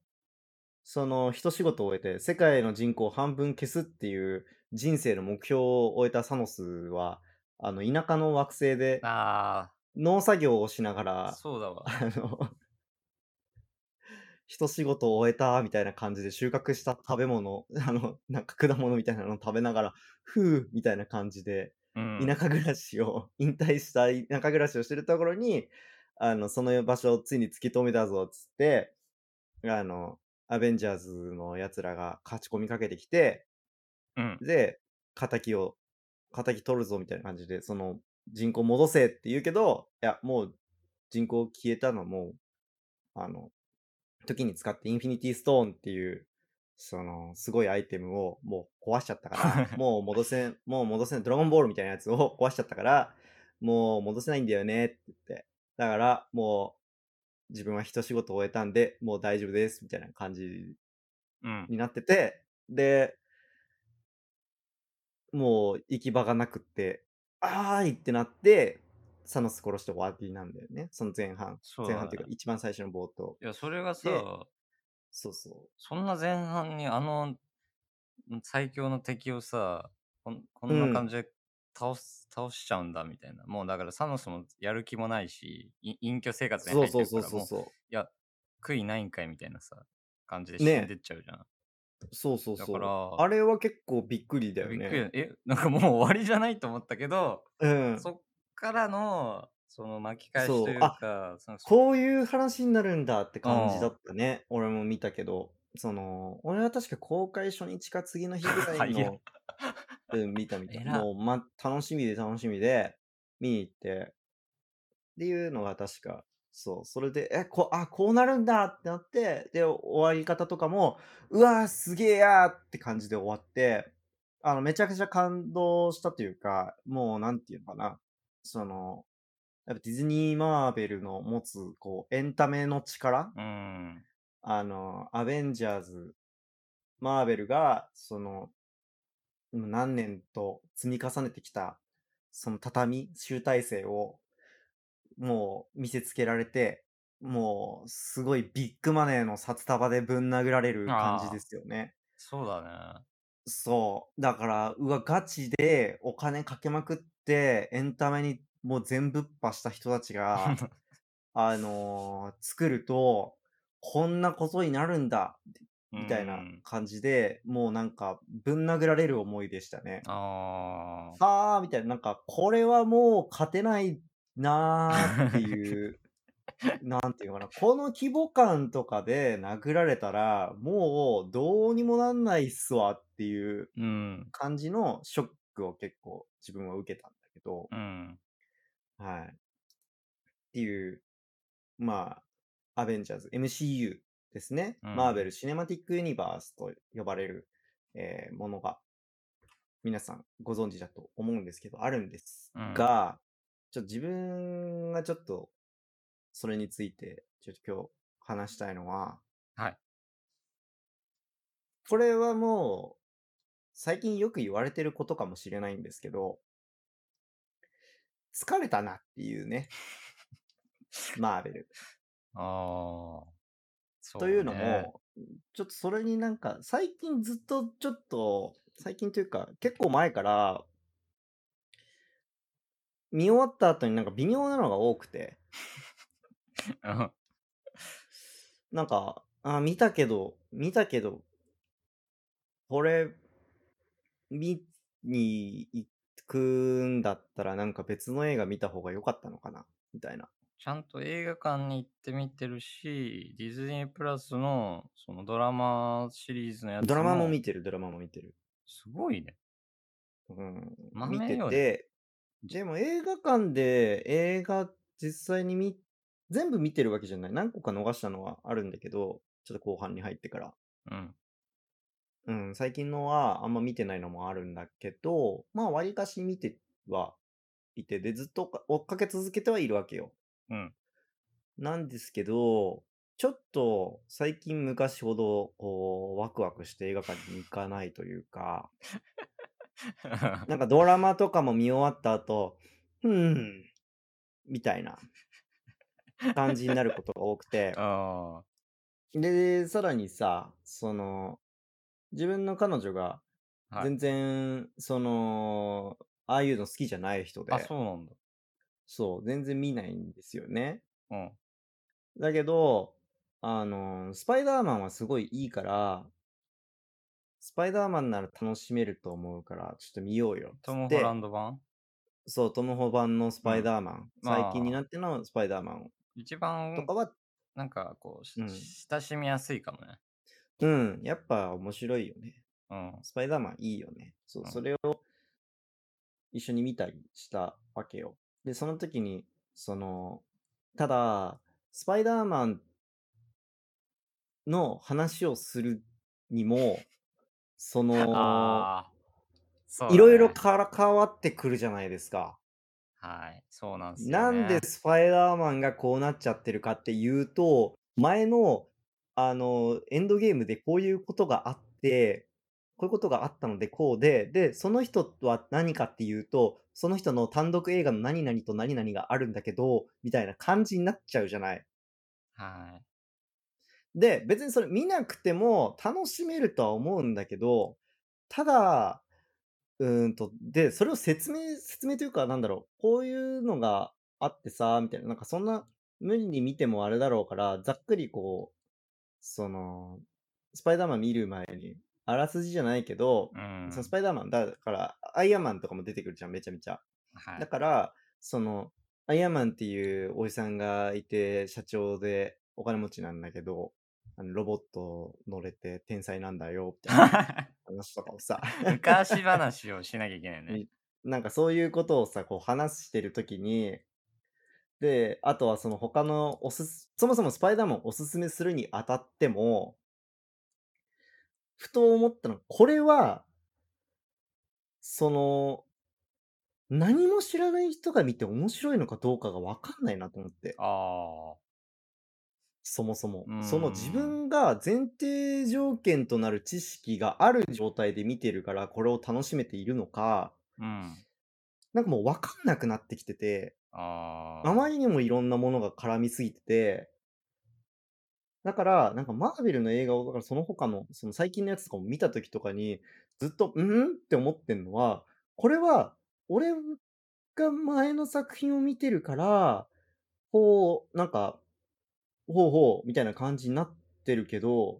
Speaker 1: その一仕事を終えて、世界の人口を半分消すっていう人生の目標を終えたサノスは、あの、田舎の惑星で
Speaker 2: ああ、
Speaker 1: 農作業をしながら、
Speaker 2: そうだわ。
Speaker 1: あの、 一仕事を終えたみたいな感じで収穫した食べ物、 あの、なんか果物みたいなのを食べながら、ふうみたいな感じで、
Speaker 2: う
Speaker 1: 田
Speaker 2: ん。
Speaker 1: 舎暮らしを、引退した田舎暮らしをしてるところに、あの、その場所をついに突き止めたぞ、つって、あの、アベンジャーズの奴らが勝ち込みかけてきて、
Speaker 2: うん。
Speaker 1: で、仇を、仇取るぞみたいな感じで、その人口戻せって言うけど、いや、もう人口消えたのもう、あの、時に使ってインフィニティストーンっていう、その、すごいアイテムをもう壊しちゃったから、 もう戻せん、もう戻せん、ドラゴンボールみたいなやつを 壊しちゃったから、もう戻せないんだよねって言って。だから、もう自分は一仕事終えたんで、もう大丈夫です、みたいな感じ
Speaker 2: うん。
Speaker 1: になってて、で、もう行き場がなくって、あーいってなって、サノス殺して終わりなんだよね。その前半。
Speaker 2: そう
Speaker 1: 前
Speaker 2: だ
Speaker 1: 半っていう
Speaker 2: ね。
Speaker 1: か、一番最初の冒頭。
Speaker 2: いや、それが
Speaker 1: で、
Speaker 2: さ、
Speaker 1: そうそ
Speaker 2: そんな前半にあのん最強の敵をさ、こんこ
Speaker 1: う。うん
Speaker 2: な感
Speaker 1: ん。
Speaker 2: じで倒す、倒しちゃうんだみたいな。もうだからサノスもやる気もないし、い隠居生活に
Speaker 1: そう
Speaker 2: 入っ
Speaker 1: そ
Speaker 2: て
Speaker 1: うそ
Speaker 2: るか
Speaker 1: う
Speaker 2: ら、
Speaker 1: そう
Speaker 2: もう、
Speaker 1: そ
Speaker 2: いや、悔いないんかいみたいなさ、感じで
Speaker 1: う。
Speaker 2: 死ん
Speaker 1: ね
Speaker 2: でっちゃうじゃん。
Speaker 1: そうそう
Speaker 2: だか
Speaker 1: そう。
Speaker 2: ら、
Speaker 1: あれは結構びっくりだよ
Speaker 2: びっくり
Speaker 1: ね。
Speaker 2: だ、え、なんかもう終わりじゃないと思ったけど、
Speaker 1: うん。
Speaker 2: そっからの、その巻き返しと
Speaker 1: そ。
Speaker 2: いうう
Speaker 1: あ、
Speaker 2: か、その、
Speaker 1: こういう話になるんだって
Speaker 2: う
Speaker 1: 感じだ
Speaker 2: ん。
Speaker 1: ったね。俺も見たけど。その、俺は確か公開初日か次の日ぐらい
Speaker 2: 早っ。
Speaker 1: の、うん、見た見た。
Speaker 2: えら。
Speaker 1: もう、ま、楽しみで楽しみで、見に行って。っていうのが確か、そう、それで、え、こあ、こうなるんだってなって、で、終わり方とかも、うわー、すげえやーって感じで終わって、あの、めちゃくちゃ感動したというか、もう、なんていうのかな、その、やっぱディズニー・マーベルの持つ、こう、エンタメの力、
Speaker 2: うん。
Speaker 1: あの、アベンジャーズマーベルが、その、うん何年と積み重ねてきた、その畳、集大成を、もう見せつけられて、もう、すごいビッグマネーの札束でぶん殴られる感じ
Speaker 2: あ
Speaker 1: で
Speaker 2: あ、
Speaker 1: すよね。
Speaker 2: そうだね。
Speaker 1: そう。だから、うわ、ガチでお金かけまくって、エンタメにもう全ぶっ破した人たち が、あのー作ると、こんなことになるんだ、
Speaker 2: う。
Speaker 1: みたいなん感じで、もうなんか、ぶん殴られる思いでしたね。
Speaker 2: あ
Speaker 1: はあ、みたいな、なんか、これはもう勝てないなーって
Speaker 2: あ。
Speaker 1: いう、なんていうのかな、この規模感とかで殴られたら、もうどうにもなんないっすわっていう
Speaker 2: うん。
Speaker 1: 感じのショックを結構自分は受けたんだけど、
Speaker 2: うん。
Speaker 1: はい。っていう、まあ、アベンジャーズ、MCU ですね。
Speaker 2: う
Speaker 1: マーベル・
Speaker 2: ん。
Speaker 1: シネマティック・ユニバースと呼ばれる、えーものが皆さんご存知だと思うんですけど、あるんです
Speaker 2: うん。
Speaker 1: が、ちょっと自分がちょっとそれについて、ちょっと今日話したいのは、
Speaker 2: はい。
Speaker 1: これはもう最近よく言われてることかもしれないんですけど、疲れたなっていう ね、マーベル。
Speaker 2: ああ。
Speaker 1: とい
Speaker 2: そうう
Speaker 1: の
Speaker 2: ね。
Speaker 1: も、ちょっとそれになんか最近ずっとちょっと、最近というか結構前から見終わった後になんか微妙なのが多くて、
Speaker 2: うん
Speaker 1: なんか、あ、見たけど、見たけど、これ、見に行くんだったら、なんか別の映画見た方が良かったのかな、みたいな。
Speaker 2: ちゃんと映画館に行って見てるし、ディズニープラスのそのドラマシリーズのや
Speaker 1: ド
Speaker 2: つ
Speaker 1: ラマも
Speaker 2: も、
Speaker 1: 見てる、ドラマも見てる。
Speaker 2: すごいね。
Speaker 1: うん、見
Speaker 2: 豆
Speaker 1: て
Speaker 2: より、
Speaker 1: て、
Speaker 2: じ
Speaker 1: でも映画館で映画実際に見、全部見てるわけじゃない。何個か逃したのはあるんだけど、ちょっと後半に入ってから。
Speaker 2: うん。
Speaker 1: うん、最近のはあんま見てないのもあるんだけど、まあ、わりかし見てはいて、で、ずっと追っか追っかけ続けてはいるわけよ。
Speaker 2: うん。
Speaker 1: なんですけど、ちょっと最近昔ほど、こう、ワクワクして映画館に行かないというか、なんかドラマとかも見終わった後、うーん、みたいな感じになることが多くて、
Speaker 2: ああ。
Speaker 1: で、さらにさ、その、自分の彼女が、
Speaker 2: はい。
Speaker 1: 全然、その、ああいうの好きじゃない人
Speaker 2: あ、
Speaker 1: で、
Speaker 2: そうなんだ。
Speaker 1: そう、全然見ないんですよね。
Speaker 2: うん。
Speaker 1: だけど、あの、スパイダーマンはすごいいいから、スパイダーマンなら楽しめると思うから、ちょっと見ようよ、
Speaker 2: ト
Speaker 1: つっ
Speaker 2: ム・ホラ
Speaker 1: て、
Speaker 2: ンド版
Speaker 1: そう、トム・ホバンのス
Speaker 2: う
Speaker 1: パイ
Speaker 2: ん。
Speaker 1: ダーマン、最近にな
Speaker 2: まあ、
Speaker 1: ってのスパイダーマン
Speaker 2: 一
Speaker 1: と
Speaker 2: 番、
Speaker 1: かは、
Speaker 2: なんかこう、し
Speaker 1: うん、
Speaker 2: し親しみやすいかもね。
Speaker 1: うん、やっぱ面白いよね。
Speaker 2: うん。
Speaker 1: スパイダーマンいいよね。そう、
Speaker 2: う
Speaker 1: そ
Speaker 2: ん。
Speaker 1: れを一緒に見たりしたわけよ。で、その時に、その、ただ、スパイダーマンの話をするにも、その、
Speaker 2: ああ、そう
Speaker 1: い
Speaker 2: だ
Speaker 1: ろいろ
Speaker 2: ね。
Speaker 1: から変わってくるじゃないですか。
Speaker 2: はい。そうなんすよ
Speaker 1: なんで
Speaker 2: ね。
Speaker 1: スパイダーマンがこうなっちゃってるかっていうと、前の、あの、エンドゲームでこういうことがあって、こういうことがあったのでこうで、で、その人は何かっていうと、その人の単独映画の何々と何々があるんだけど、みたいな感じになっちゃうじゃない。
Speaker 2: はい。
Speaker 1: で、別にそれ見なくても楽しめるとは思うんだけど、ただ、うーんと、で、それを説明、説明というか、なんだろう、こういうのがあってさ、みたいな、なんかそんな、無理に見てもあれだろうから、ざっくりこう、その、スパイダーマン見る前に、あらすじじゃないけど、
Speaker 2: う
Speaker 1: そのス
Speaker 2: ん。
Speaker 1: パイダーマン、だから、アイアンマンとかも出てくるじゃん、めちゃめちゃ。
Speaker 2: は
Speaker 1: だ
Speaker 2: い。
Speaker 1: から、その、アイアンマンっていうおじさんがいて、社長でお金持ちなんだけど、あのロボット乗れて天才なんだよ、みたいな話とかをさ、
Speaker 2: 昔話をしなきゃいけないね。
Speaker 1: みなんかそういうことをさ、こう話してるときに、で、あとはその他のおすす、そもそもスパイダーマンをおすすめするにあたっても、ふと思ったの、これは、その、何も知らない人が見て面白いのかどうかがわかんないなと思って。
Speaker 2: ああ。
Speaker 1: そもそも。
Speaker 2: うー
Speaker 1: その自
Speaker 2: ん。
Speaker 1: 分が前提条件となる知識がある状態で見てるから、これを楽しめているのか、
Speaker 2: うん。
Speaker 1: なんかもうわかんなくなってきてて、あ
Speaker 2: あ
Speaker 1: まりにもいろんなものが絡みすぎてて、だから、なんかマーベルの映画を、だからその他の、その最近のやつとかも見た時とかに、ずっと、うんうんって思ってんのは、これは、俺が前の作品を見てるから、こう、なんか、ほうほう、みたいな感じになってるけど、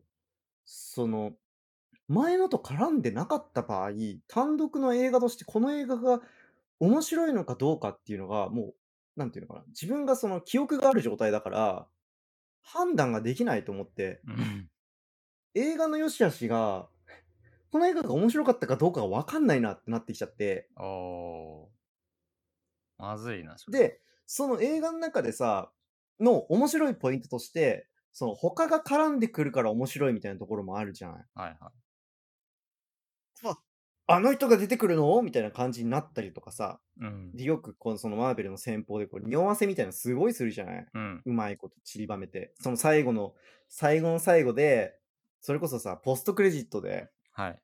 Speaker 1: その、前のと絡んでなかった場合、単独の映画としてこの映画が面白いのかどうかっていうのが、もう、なんていうのかな。自分がその記憶がある状態だから、判断ができないと思って、
Speaker 2: あ。うん。
Speaker 1: 映画の良し悪しが、 この映画が面白かったかどうかがわかんないなってなってきちゃって、
Speaker 2: おー。まずいな、それは。
Speaker 1: で、その映画の中でさ、の面白いポイントとして、その他が絡んでくるから面白いみたいなところもあるじゃない。
Speaker 2: はいはい。
Speaker 1: ああの人が出てくるのみたいな感じになったりとかさ、
Speaker 2: うん。
Speaker 1: でよくこのそのマーベルの戦法でこう匂わせみたいなのすごいするじゃない
Speaker 2: うん。
Speaker 1: うまいこと散りばめて。その最後の、最後の最後で、それこそさ、ポストクレジットで、
Speaker 2: はい。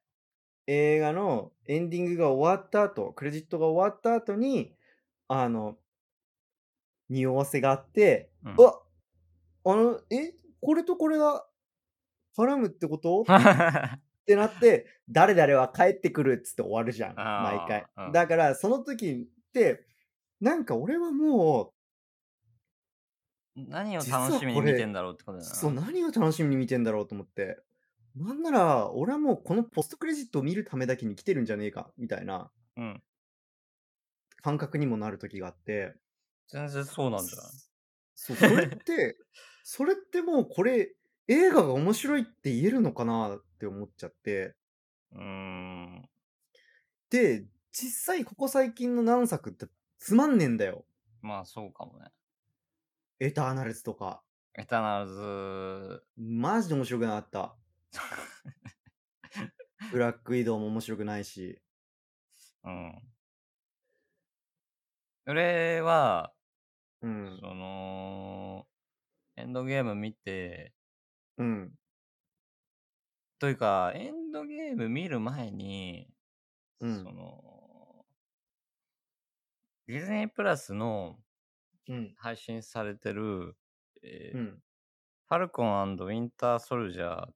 Speaker 1: 映画のエンディングが終わった後、クレジットが終わった後に、あの、匂わせがあって、
Speaker 2: うん。
Speaker 1: ああの、えこれとこれが絡むってことっ
Speaker 2: あ
Speaker 1: てなって、誰々は帰ってくるっつって終わるじゃん、毎回。
Speaker 2: あ、うん。
Speaker 1: だから、その時って、なんか俺はもう、
Speaker 2: 何を楽
Speaker 1: 実は
Speaker 2: しみに
Speaker 1: こ
Speaker 2: 見てん
Speaker 1: れ、
Speaker 2: だろうってことだ
Speaker 1: そう、
Speaker 2: な。
Speaker 1: 何を楽しみに見てんだろうと思って。なんなら、俺はもうこのポストクレジットを見るためだけに来てるんじゃねえか、みたいな
Speaker 2: うん。
Speaker 1: 感覚にもなる時があって、
Speaker 2: 全然そうなんじゃない
Speaker 1: そう、それって、それってもうこれ、映画が面白いって言えるのかなって思っちゃって、
Speaker 2: うーん。
Speaker 1: で、実際ここ最近の何作ってつまんねえんだよ。
Speaker 2: まあそうかもね。
Speaker 1: エターナルズとか。
Speaker 2: エターナルズ、
Speaker 1: マジで面白くなかった。 ブラックウィドウも面白くないし。
Speaker 2: うん。俺は、
Speaker 1: うん。
Speaker 2: その、エンドゲーム見て、
Speaker 1: うん。
Speaker 2: というか、エンドゲーム見る前に、
Speaker 1: う
Speaker 2: そ
Speaker 1: ん。
Speaker 2: の、ディズニープラスの
Speaker 1: うん。
Speaker 2: 配信されてる、え
Speaker 1: う
Speaker 2: ー
Speaker 1: ん。
Speaker 2: ファルコンウィンターソルジャー、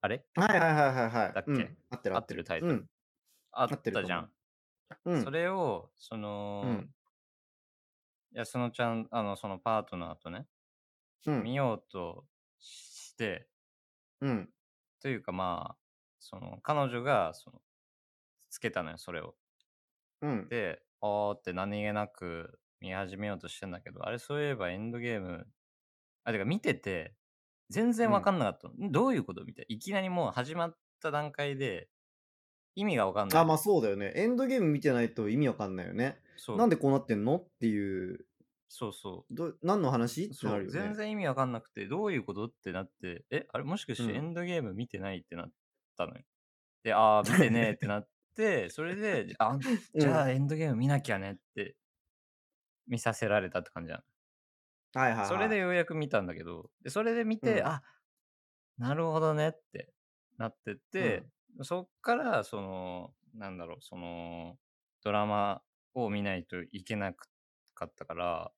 Speaker 2: あれ
Speaker 1: はいはいはいはいはい。
Speaker 2: だっ
Speaker 1: う
Speaker 2: け
Speaker 1: ん。合ってる
Speaker 2: 合
Speaker 1: 合
Speaker 2: っ
Speaker 1: ってて
Speaker 2: る
Speaker 1: る。
Speaker 2: タイ
Speaker 1: う
Speaker 2: トル。
Speaker 1: ん。
Speaker 2: あ
Speaker 1: 合
Speaker 2: っ
Speaker 1: ってる
Speaker 2: た
Speaker 1: と
Speaker 2: じゃ
Speaker 1: 思
Speaker 2: ん。
Speaker 1: う。う
Speaker 2: そ
Speaker 1: ん。
Speaker 2: れを、そうの、
Speaker 1: ん。
Speaker 2: 安野ちゃん、あの、そのパートナーとね、
Speaker 1: うん。
Speaker 2: 見ようとして、
Speaker 1: うん。
Speaker 2: というかまあ、その、彼女が、その、つけたのよ、それを。
Speaker 1: うん。
Speaker 2: で、おーって何気なく見始めようとしてんだけど、あれそういえばエンドゲーム、あ、てか見てて、全然
Speaker 1: う
Speaker 2: わか
Speaker 1: ん。
Speaker 2: んなかったの。んどういうことみたいな。いきなりもう始まった段階で、意味がわかんない
Speaker 1: あ、
Speaker 2: の
Speaker 1: まあ
Speaker 2: よ。
Speaker 1: そうだよね。エンドゲーム見てないと意味わかんないよね。な
Speaker 2: そ
Speaker 1: ん
Speaker 2: う、
Speaker 1: でこうなってんのっていう、
Speaker 2: そうそ
Speaker 1: ど、何の話っ
Speaker 2: う。
Speaker 1: てな
Speaker 2: そ
Speaker 1: る
Speaker 2: う、
Speaker 1: よ
Speaker 2: 全
Speaker 1: ね。
Speaker 2: 然意味わかんなくて、どういうことってなって、え、あれもしか
Speaker 1: う
Speaker 2: してエ
Speaker 1: ん。
Speaker 2: ンドゲーム見てないってなったのよ。で、ああ、見てねえってな って、それで、あ、
Speaker 1: う
Speaker 2: じゃ
Speaker 1: ん。
Speaker 2: あエンドゲーム見なきゃねって見させられたって感じなの。
Speaker 1: はいはい
Speaker 2: それで
Speaker 1: は
Speaker 2: ようやく見たんだけど、でそれで見
Speaker 1: い。う
Speaker 2: て、
Speaker 1: ん。
Speaker 2: あ、なるほどねってなって
Speaker 1: う
Speaker 2: て、
Speaker 1: ん。
Speaker 2: そっから、その、なんだろう、その、ドラマを見ないといけなかったから、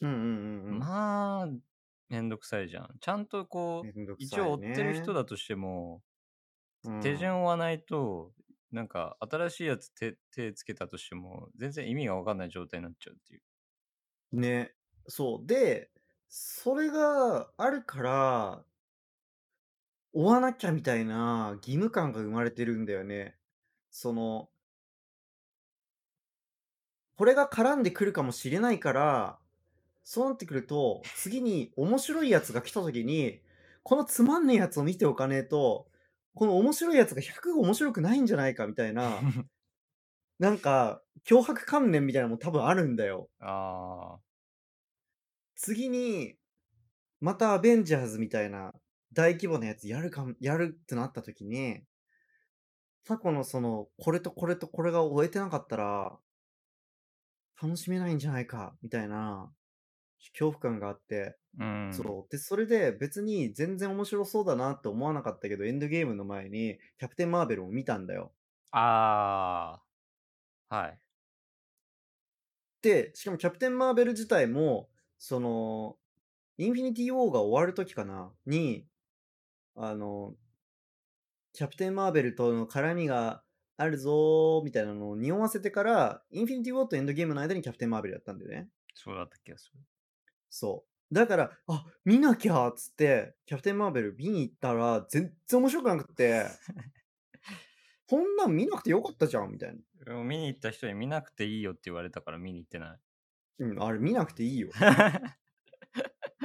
Speaker 1: うんうんうんうん。
Speaker 2: まあ、めんどくさいじゃん。ちゃんとこ
Speaker 1: め
Speaker 2: う、
Speaker 1: んどく
Speaker 2: 一
Speaker 1: さ
Speaker 2: 応
Speaker 1: い
Speaker 2: 追ってる人
Speaker 1: ね。
Speaker 2: だとしても、
Speaker 1: う
Speaker 2: 手
Speaker 1: ん。
Speaker 2: 順を追わないと、なんか、新しいやつ手、手つけたとしても、全然意味がわかんない状態になっちゃうっていう。
Speaker 1: ね。そう。で、それがあるから、追わなきゃみたいな義務感が生まれてるんだよね。その、これが絡んでくるかもしれないから、そうなってくると、次に面白いやつが来た時に、このつまんねえやつを見ておかねえと、この面白いやつが100面白くないんじゃないかみたいな、なんか、脅迫観念みたいなのも多分あるんだよ。
Speaker 2: ああ、
Speaker 1: 次に、またアベンジャーズみたいな大規模なやつやるかも、やるってなった時に、過去のその、これとこれとこれが終えてなかったら、楽しめないんじゃないか、みたいな。恐怖感があって、
Speaker 2: うん。
Speaker 1: そう。で、それで別に全然面白そうだなって思わなかったけど、エンドゲームの前にキャプテンマーベルを見たんだよ。
Speaker 2: ああ、はい。
Speaker 1: で、しかもキャプテンマーベル自体も、その、インフィニティ・ウォーが終わる時かなに、あの、キャプテン・マーベルとの絡みがあるぞーみたいなのを匂わせてから、インフィニティ・ウォーとエンドゲームの間にキャプテン・マーベルやったんだよね。
Speaker 2: そうだった気がする。
Speaker 1: そう。だから、あ、見なきゃっつって、キャプテン・マーベル見に行ったら、全然面白くなくて、こんなん見なくてよかったじゃんみたいな。
Speaker 2: でも見に行った人に見なくていいよって言われたから見に行ってない。
Speaker 1: うん、あれ見なくていいよ。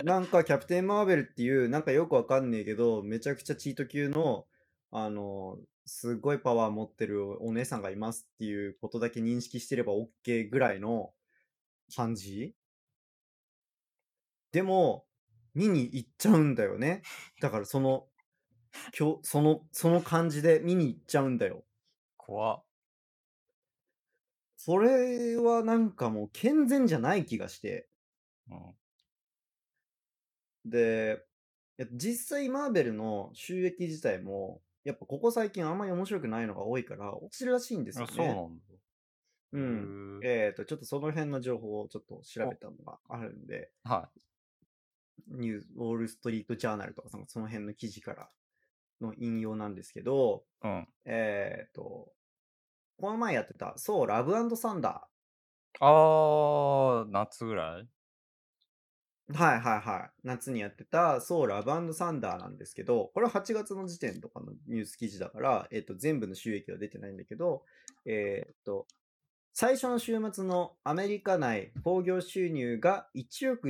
Speaker 1: なんかキャプテン・マーベルっていう、なんかよくわかんねえけど、めちゃくちゃチート級の、あの、すごいパワー持ってるお姉さんがいますっていうことだけ認識してれば OK ぐらいの感じでも、見に行っちゃうんだよね。だからその、きょその、その感じで見に行っちゃうんだよ。
Speaker 2: 怖っ。
Speaker 1: それはなんかもう健全じゃない気がして。
Speaker 2: うん。
Speaker 1: で、いや実際マーベルの収益自体も、やっぱここ最近あんまり面白くないのが多いから落ちるらしいんです
Speaker 2: あ、
Speaker 1: よ
Speaker 2: そう
Speaker 1: ね。
Speaker 2: なんだ。
Speaker 1: うん。
Speaker 2: へえ。
Speaker 1: えっ、と、ちょっとその辺の情報をちょっと調べ
Speaker 2: お、
Speaker 1: たのがあるんで、
Speaker 2: は
Speaker 1: ニューウォール・ストリート・ジャーナルとかそのその辺の記事からの引用なんですけど、
Speaker 2: い。うん。
Speaker 1: えっ、と、この前やってた、そう、ラブサンダ
Speaker 2: ああ、夏ぐらい
Speaker 1: ー。はいはいはい。夏にやってた、そう、ラブサンダーなんですけど、これは8月の時点とかのニュース記事だから、えっ、と、全部の収益は出てないんだけど、えっ、と、最初の週末のアメリカ内興行収入が1億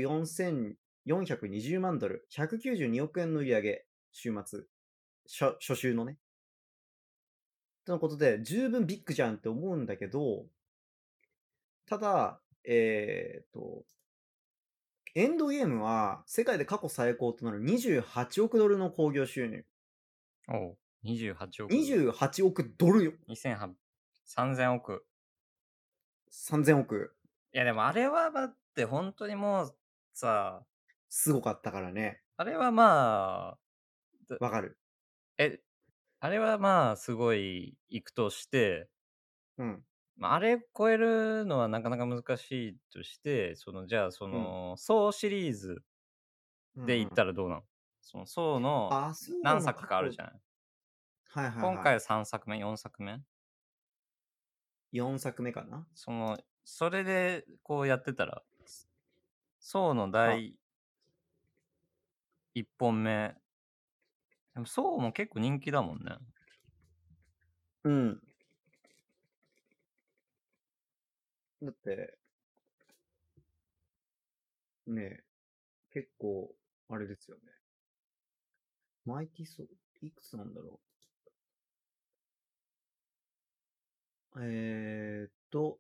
Speaker 1: 4420万ドル、192億円の売り上げ、週末、初初週のね。とのことで、十分ビッグじゃんって思うんだけど、ただ、えっと、エンドゲームは世界で過去最高となる28億ドルの興行収入。
Speaker 2: おう。28億ドル。
Speaker 1: 28億ドルよ。
Speaker 2: 2800、3000億。
Speaker 1: 3000億。
Speaker 2: いや、でもあれはだって本当にもうさ、
Speaker 1: すごかったからね。
Speaker 2: あれはまあ、だ
Speaker 1: わかる。
Speaker 2: え、あれはまあすごい行くとして、
Speaker 1: うん。
Speaker 2: まあ、あれ超えるのはなかなか難しいとして、そのじゃあそ
Speaker 1: うん。
Speaker 2: の、ソーシリーズ
Speaker 1: うん
Speaker 2: で
Speaker 1: う
Speaker 2: 行っ
Speaker 1: ん。
Speaker 2: たらどうなのその、ソーの
Speaker 1: あ、そう
Speaker 2: 何
Speaker 1: の
Speaker 2: 作
Speaker 1: 過
Speaker 2: かある
Speaker 1: 去。
Speaker 2: じゃない
Speaker 1: はいはい
Speaker 2: 今
Speaker 1: は
Speaker 2: 回3作目、4作目
Speaker 1: い。4作目かな
Speaker 2: その、それでこうやってたら、ソーの
Speaker 1: あ、
Speaker 2: 第1本目、でもソーも結構人気だもんね。
Speaker 1: うん。だって、ね、結構、あれですよね。マイティソー、いくつなんだろう。えーっと、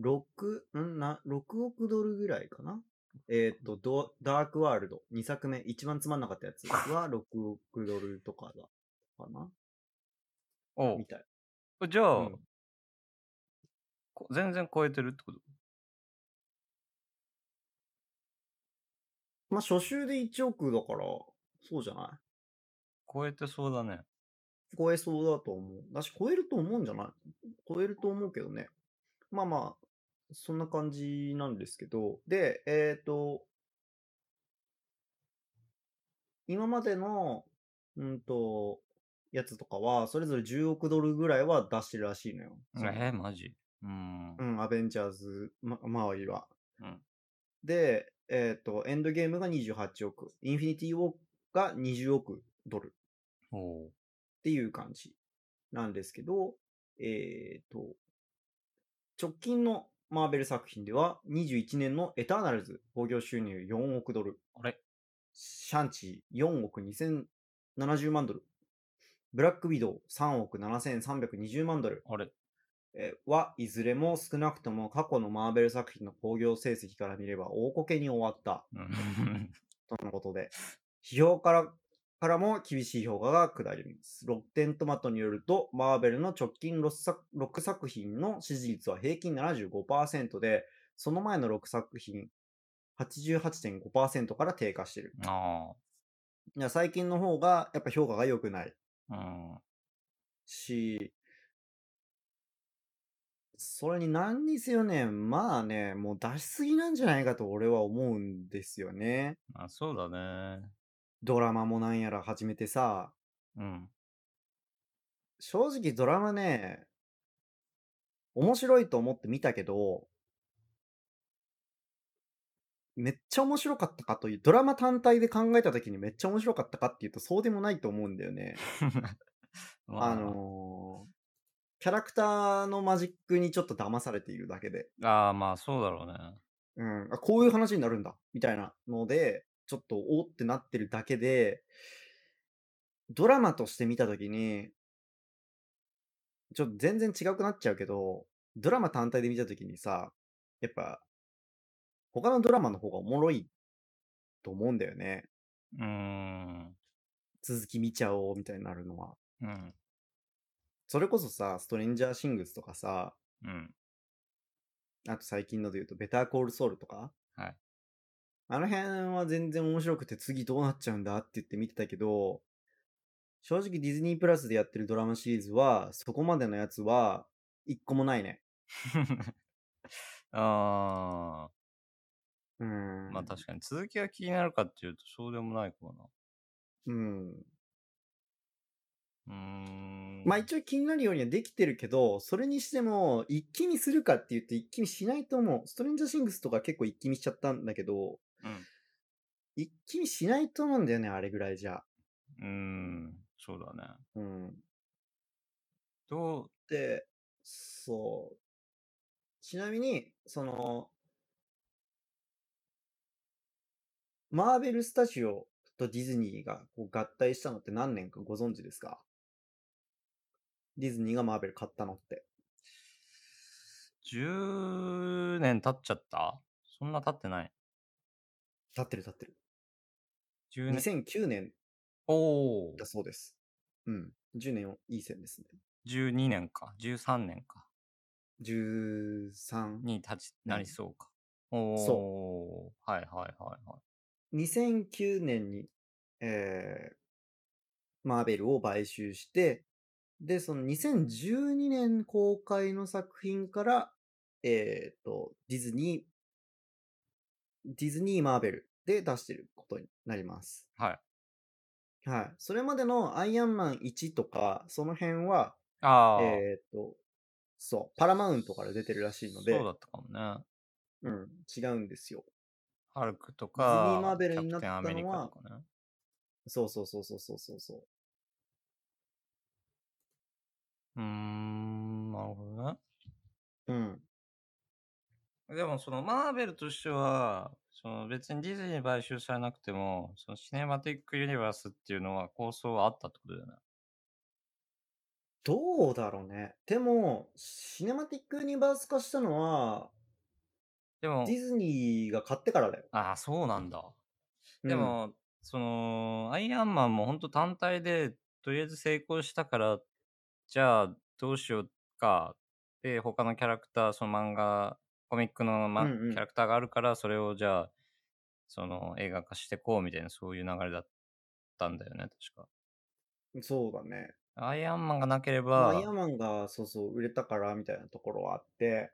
Speaker 1: 6、んな、6億ドルぐらいかなえーっと、ド、ダークワールド、2作目、一番つまんなかったやつは6億ドルとかだ、かな
Speaker 2: お
Speaker 1: みたい。
Speaker 2: うじゃ
Speaker 1: う
Speaker 2: あ、
Speaker 1: ん。
Speaker 2: こ全然超えてるってこと
Speaker 1: まあ、初週で1億だから、そうじゃない
Speaker 2: 超えてそうだね。
Speaker 1: 超えそうだと思う。だし、超えると思うんじゃない超えると思うけどね。まあまあ、そんな感じなんですけど。で、えっ、と、今までの、うんと、やつとかは、それぞれ10億ドルぐらいは出してるらしいのよ。その、
Speaker 2: えー、マジうーん。
Speaker 1: うん、アベンジャーズ、ま、周りは。
Speaker 2: うん。
Speaker 1: で、えっ、と、エンドゲームが28億、インフィニティウォーが20億ドル
Speaker 2: おう。
Speaker 1: っていう感じなんですけど、えっ、と、直近のマーベル作品では、21年のエターナルズ、興行収入4億ドル、
Speaker 2: あれ
Speaker 1: シャンチー4億2070万ドル、ブラックウィドウ3億7320万ドル
Speaker 2: あれ
Speaker 1: えーはいずれも少なくとも過去のマーベル作品の興行成績から見れば大こけに終わった
Speaker 2: うん。
Speaker 1: とのことで、批評家からからも厳しい評価が下ります。ロッテントマトによると、マーベルの直近 6, 作6作品の支持率は平均75%で、その前の6作品、88.5%から低下してる。
Speaker 2: あ
Speaker 1: いや最近の方がやっぱ評価が良くない
Speaker 2: あ。うん。
Speaker 1: し、それに何にせよね、まあね、もう出しすぎなんじゃないかと俺は思うんですよね。
Speaker 2: まあ、そうだね。
Speaker 1: ドラマもなんやら始めてさ、
Speaker 2: うん。
Speaker 1: 正直ドラマね、面白いと思って見たけど、めっちゃ面白かったかという、ドラマ単体で考えた時にめっちゃ面白かったかっていうとそうでもないと思うんだよね。
Speaker 2: ま
Speaker 1: あ、のーキャラクターのマジックにちょっと騙されているだけで、
Speaker 2: ああ、まあそうだろうね。
Speaker 1: うん、あこういう話になるんだ、みたいなので、ちょっとおーってなってるだけで、ドラマとして見たときに、ちょっと全然違くなっちゃうけど、ドラマ単体で見たときにさ、やっぱ、他のドラマの方がおもろいと思うんだよね。
Speaker 2: うーん。
Speaker 1: 続き見ちゃおうみたいになるのは。
Speaker 2: うん。
Speaker 1: それこそさ、ストレンジャーシングスとかさ、
Speaker 2: うん。
Speaker 1: あと最近ので言うと、ベターコールソウルとか。
Speaker 2: はい。
Speaker 1: あの辺は全然面白くて次どうなっちゃうんだって言って見てたけど、正直ディズニープラスでやってるドラマシリーズは、そこまでのやつは、一個もないね。
Speaker 2: ああ。
Speaker 1: うーん。
Speaker 2: まあ確かに続きが気になるかっていうとそうでもないかもな。
Speaker 1: うん。
Speaker 2: うーん。
Speaker 1: まあ一応気になるようにはできてるけど、それにしても、一気にするかって言って一気にしないと思う。ストレンジャーシングスとか結構一気にしちゃったんだけど、
Speaker 2: うん
Speaker 1: 一気にしないと思うんだよね、あれぐらいじゃ。
Speaker 2: うーん。そうだね。
Speaker 1: うん。
Speaker 2: どう、
Speaker 1: で、そう。ちなみに、その、マーベル・スタジオとディズニーがこう合体したのって何年かご存知ですかディズニーがマーベル買ったのって。
Speaker 2: 10年経っちゃったそんな経ってない。
Speaker 1: 経ってる経ってる。
Speaker 2: 10年。
Speaker 1: 2009年
Speaker 2: おお。
Speaker 1: だそうです。うん。10年をいい線ですね。
Speaker 2: 12年か。13年か。
Speaker 1: 13。
Speaker 2: に立ち、
Speaker 1: うん
Speaker 2: なりそうか。おお。そう。はいはいはいはい。
Speaker 1: 2009年に、えーマーベルを買収して、で、その2012年公開の作品から、えっ、と、ディズニー、ディズニー・マーベルで出してることになります。
Speaker 2: はい。
Speaker 1: はい。それまでのアイアンマン1とか、その辺は、
Speaker 2: ああ。
Speaker 1: えっ、と、そう、パラマウントから出てるらしいので、
Speaker 2: そうだったかもね。
Speaker 1: うん、違うんですよ。
Speaker 2: ハルクと
Speaker 1: ディズ
Speaker 2: か
Speaker 1: ニー、マーベルに
Speaker 2: キ
Speaker 1: な
Speaker 2: ャ
Speaker 1: っ
Speaker 2: プテ
Speaker 1: たの
Speaker 2: ン
Speaker 1: は
Speaker 2: アメリカとかね。
Speaker 1: そうそうそうそうそうそうそう。
Speaker 2: うーん、なるほどね。
Speaker 1: うん。
Speaker 2: でも、そのマーベルとしては、その別にディズニーに買収されなくても、そのシネマティックユニバースっていうのは構想はあったってことだよね。
Speaker 1: どうだろうね。でも、シネマティックユニバース化したのは、
Speaker 2: でも
Speaker 1: デ、ィズニーが買ってからだよ。
Speaker 2: ああ、そうなんだ。
Speaker 1: うん
Speaker 2: で、も、その、アイアンマンも本当単体で、とりあえず成功したから、じゃあどうしようか。で、他のキャラクター、その漫画、コミックの、ま
Speaker 1: うんうん
Speaker 2: キャラクターがあるから、それをじゃあ、その映画化してこうみたいな、そういう流れだったんだよね、確
Speaker 1: そうだね。
Speaker 2: か。アイアンマンがなけれ
Speaker 1: まあ
Speaker 2: ば、
Speaker 1: アイアンマンが、そうそう、売れたから、みたいなところはあって、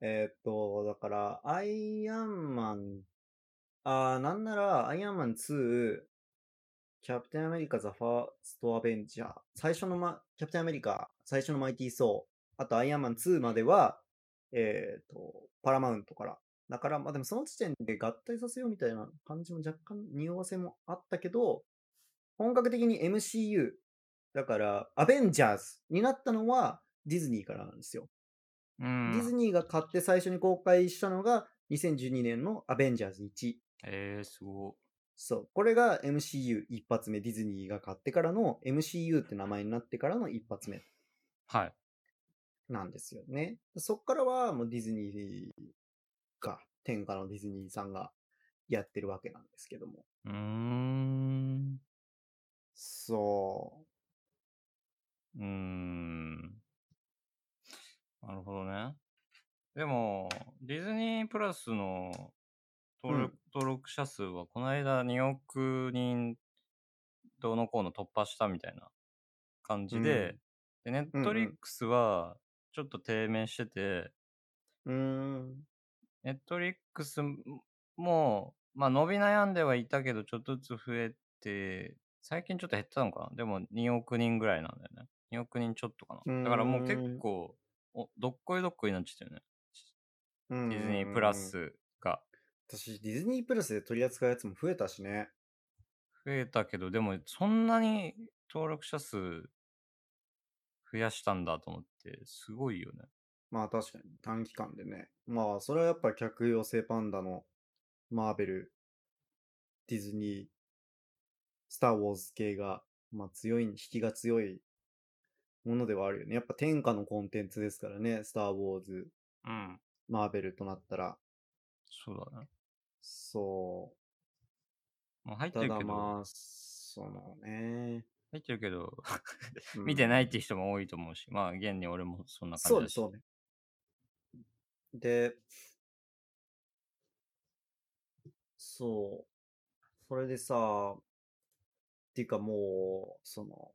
Speaker 1: えーっと、だから、アイアンマン、あーなんなら、アイアンマン2、キャプテンアメリカ、ザ・ファースト・アベンジャー、最初の、ま、キャプテンアメリカ、最初のマイティー・ソー、あとアイアンマン2までは、えーっと、パラマウントから。だから、まあでもその時点で合体させようみたいな感じも若干匂わせもあったけど、本格的に MCU、だから、アベンジャーズになったのはディズニーからなんですよ。
Speaker 2: うん、
Speaker 1: ディズニーが買って最初に公開したのが2012年のアベンジャーズ1。
Speaker 2: えー、すご
Speaker 1: そう。これが MCU 一発目。ディズニーが買ってからの MCU って名前になってからの一発目
Speaker 2: はい。
Speaker 1: なんですよね。そっからはもうディズニーが、天下のディズニーさんがやってるわけなんですけども。
Speaker 2: うーん。
Speaker 1: そう
Speaker 2: ーん。なるほどね。でも、ディズニープラスの
Speaker 1: う。う
Speaker 2: 登録,、
Speaker 1: ん。
Speaker 2: 登録者数は、この間2億人どうのこうの突破したみたいな感
Speaker 1: う
Speaker 2: じで、
Speaker 1: ん。
Speaker 2: で、ネッ
Speaker 1: う
Speaker 2: ト
Speaker 1: んう
Speaker 2: リッ
Speaker 1: ん。
Speaker 2: クスはちょっと低迷してて、
Speaker 1: うーん。
Speaker 2: ネットリックスも、まあ伸び悩んではいたけど、ちょっとずつ増えて、最近ちょっと減ったのかなでも2億人ぐらいなんだよね。2億人ちょっとかな。
Speaker 1: うー
Speaker 2: だからもう結
Speaker 1: ん。
Speaker 2: 構、おどっこいどっこいになっちゃったよね。
Speaker 1: うんう
Speaker 2: ディズニープ
Speaker 1: ん
Speaker 2: ラ
Speaker 1: うんうん。
Speaker 2: スが
Speaker 1: 私、ディズニープラスで取り扱うやつも増えたしね。
Speaker 2: 増えたけど、でもそんなに登録者数増やしたんだと思って、すごいよね。
Speaker 1: まあ確かに短期間でね。まあそれはやっぱ客寄せパンダのマーベル、ディズニー、スター・ウォーズ系が、まあ強い、引きが強いものではあるよね。やっぱ天下のコンテンツですからね。スター・ウォーズ、
Speaker 2: うん。
Speaker 1: マーベルとなったら。
Speaker 2: そうだね。
Speaker 1: そう。
Speaker 2: まあ入って
Speaker 1: た
Speaker 2: る
Speaker 1: だ
Speaker 2: けど、
Speaker 1: まあ、そのね。
Speaker 2: 入ってるけど、
Speaker 1: う
Speaker 2: 見てないっ
Speaker 1: ん。
Speaker 2: て人も多いと思うし、まあ現に俺もそんな感
Speaker 1: そ
Speaker 2: じ
Speaker 1: う
Speaker 2: だ
Speaker 1: ね、そう
Speaker 2: し。
Speaker 1: ね。で、そう。それでさ、っていうかもう、その、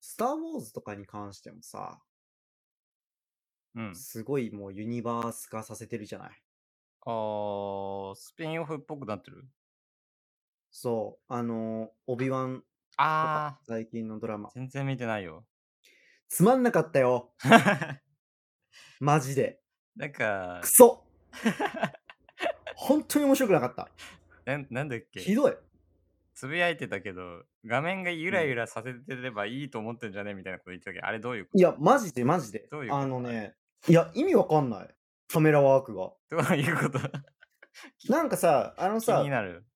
Speaker 1: スター・ウォーズとかに関してもさ、
Speaker 2: うん。
Speaker 1: すごいもうユニバース化させてるじゃない。
Speaker 2: あー、スピンオフっぽくなってる
Speaker 1: そう、あの、オビワンとか、
Speaker 2: あ
Speaker 1: 最近のドラマ。
Speaker 2: ー、全然見てないよ。
Speaker 1: つまんなかった よマジで。
Speaker 2: なん
Speaker 1: ク
Speaker 2: か、
Speaker 1: ソ本当に面白くなかった。
Speaker 2: なん、なんだっけ
Speaker 1: ひどい。
Speaker 2: つぶやいてたけど、画面がゆ
Speaker 1: う
Speaker 2: らゆ
Speaker 1: ん。
Speaker 2: らさせてればいいと思ってんじゃねみたいなこと言ってたけど、あれどういうこ
Speaker 1: い
Speaker 2: と
Speaker 1: や、マジでマジで。
Speaker 2: どういう
Speaker 1: あ
Speaker 2: こと
Speaker 1: の
Speaker 2: あれ。
Speaker 1: ね、いや、意味わかんない。カメラワークが。
Speaker 2: どういうこと き
Speaker 1: なんかさ、あの
Speaker 2: 気に
Speaker 1: さ、
Speaker 2: なる。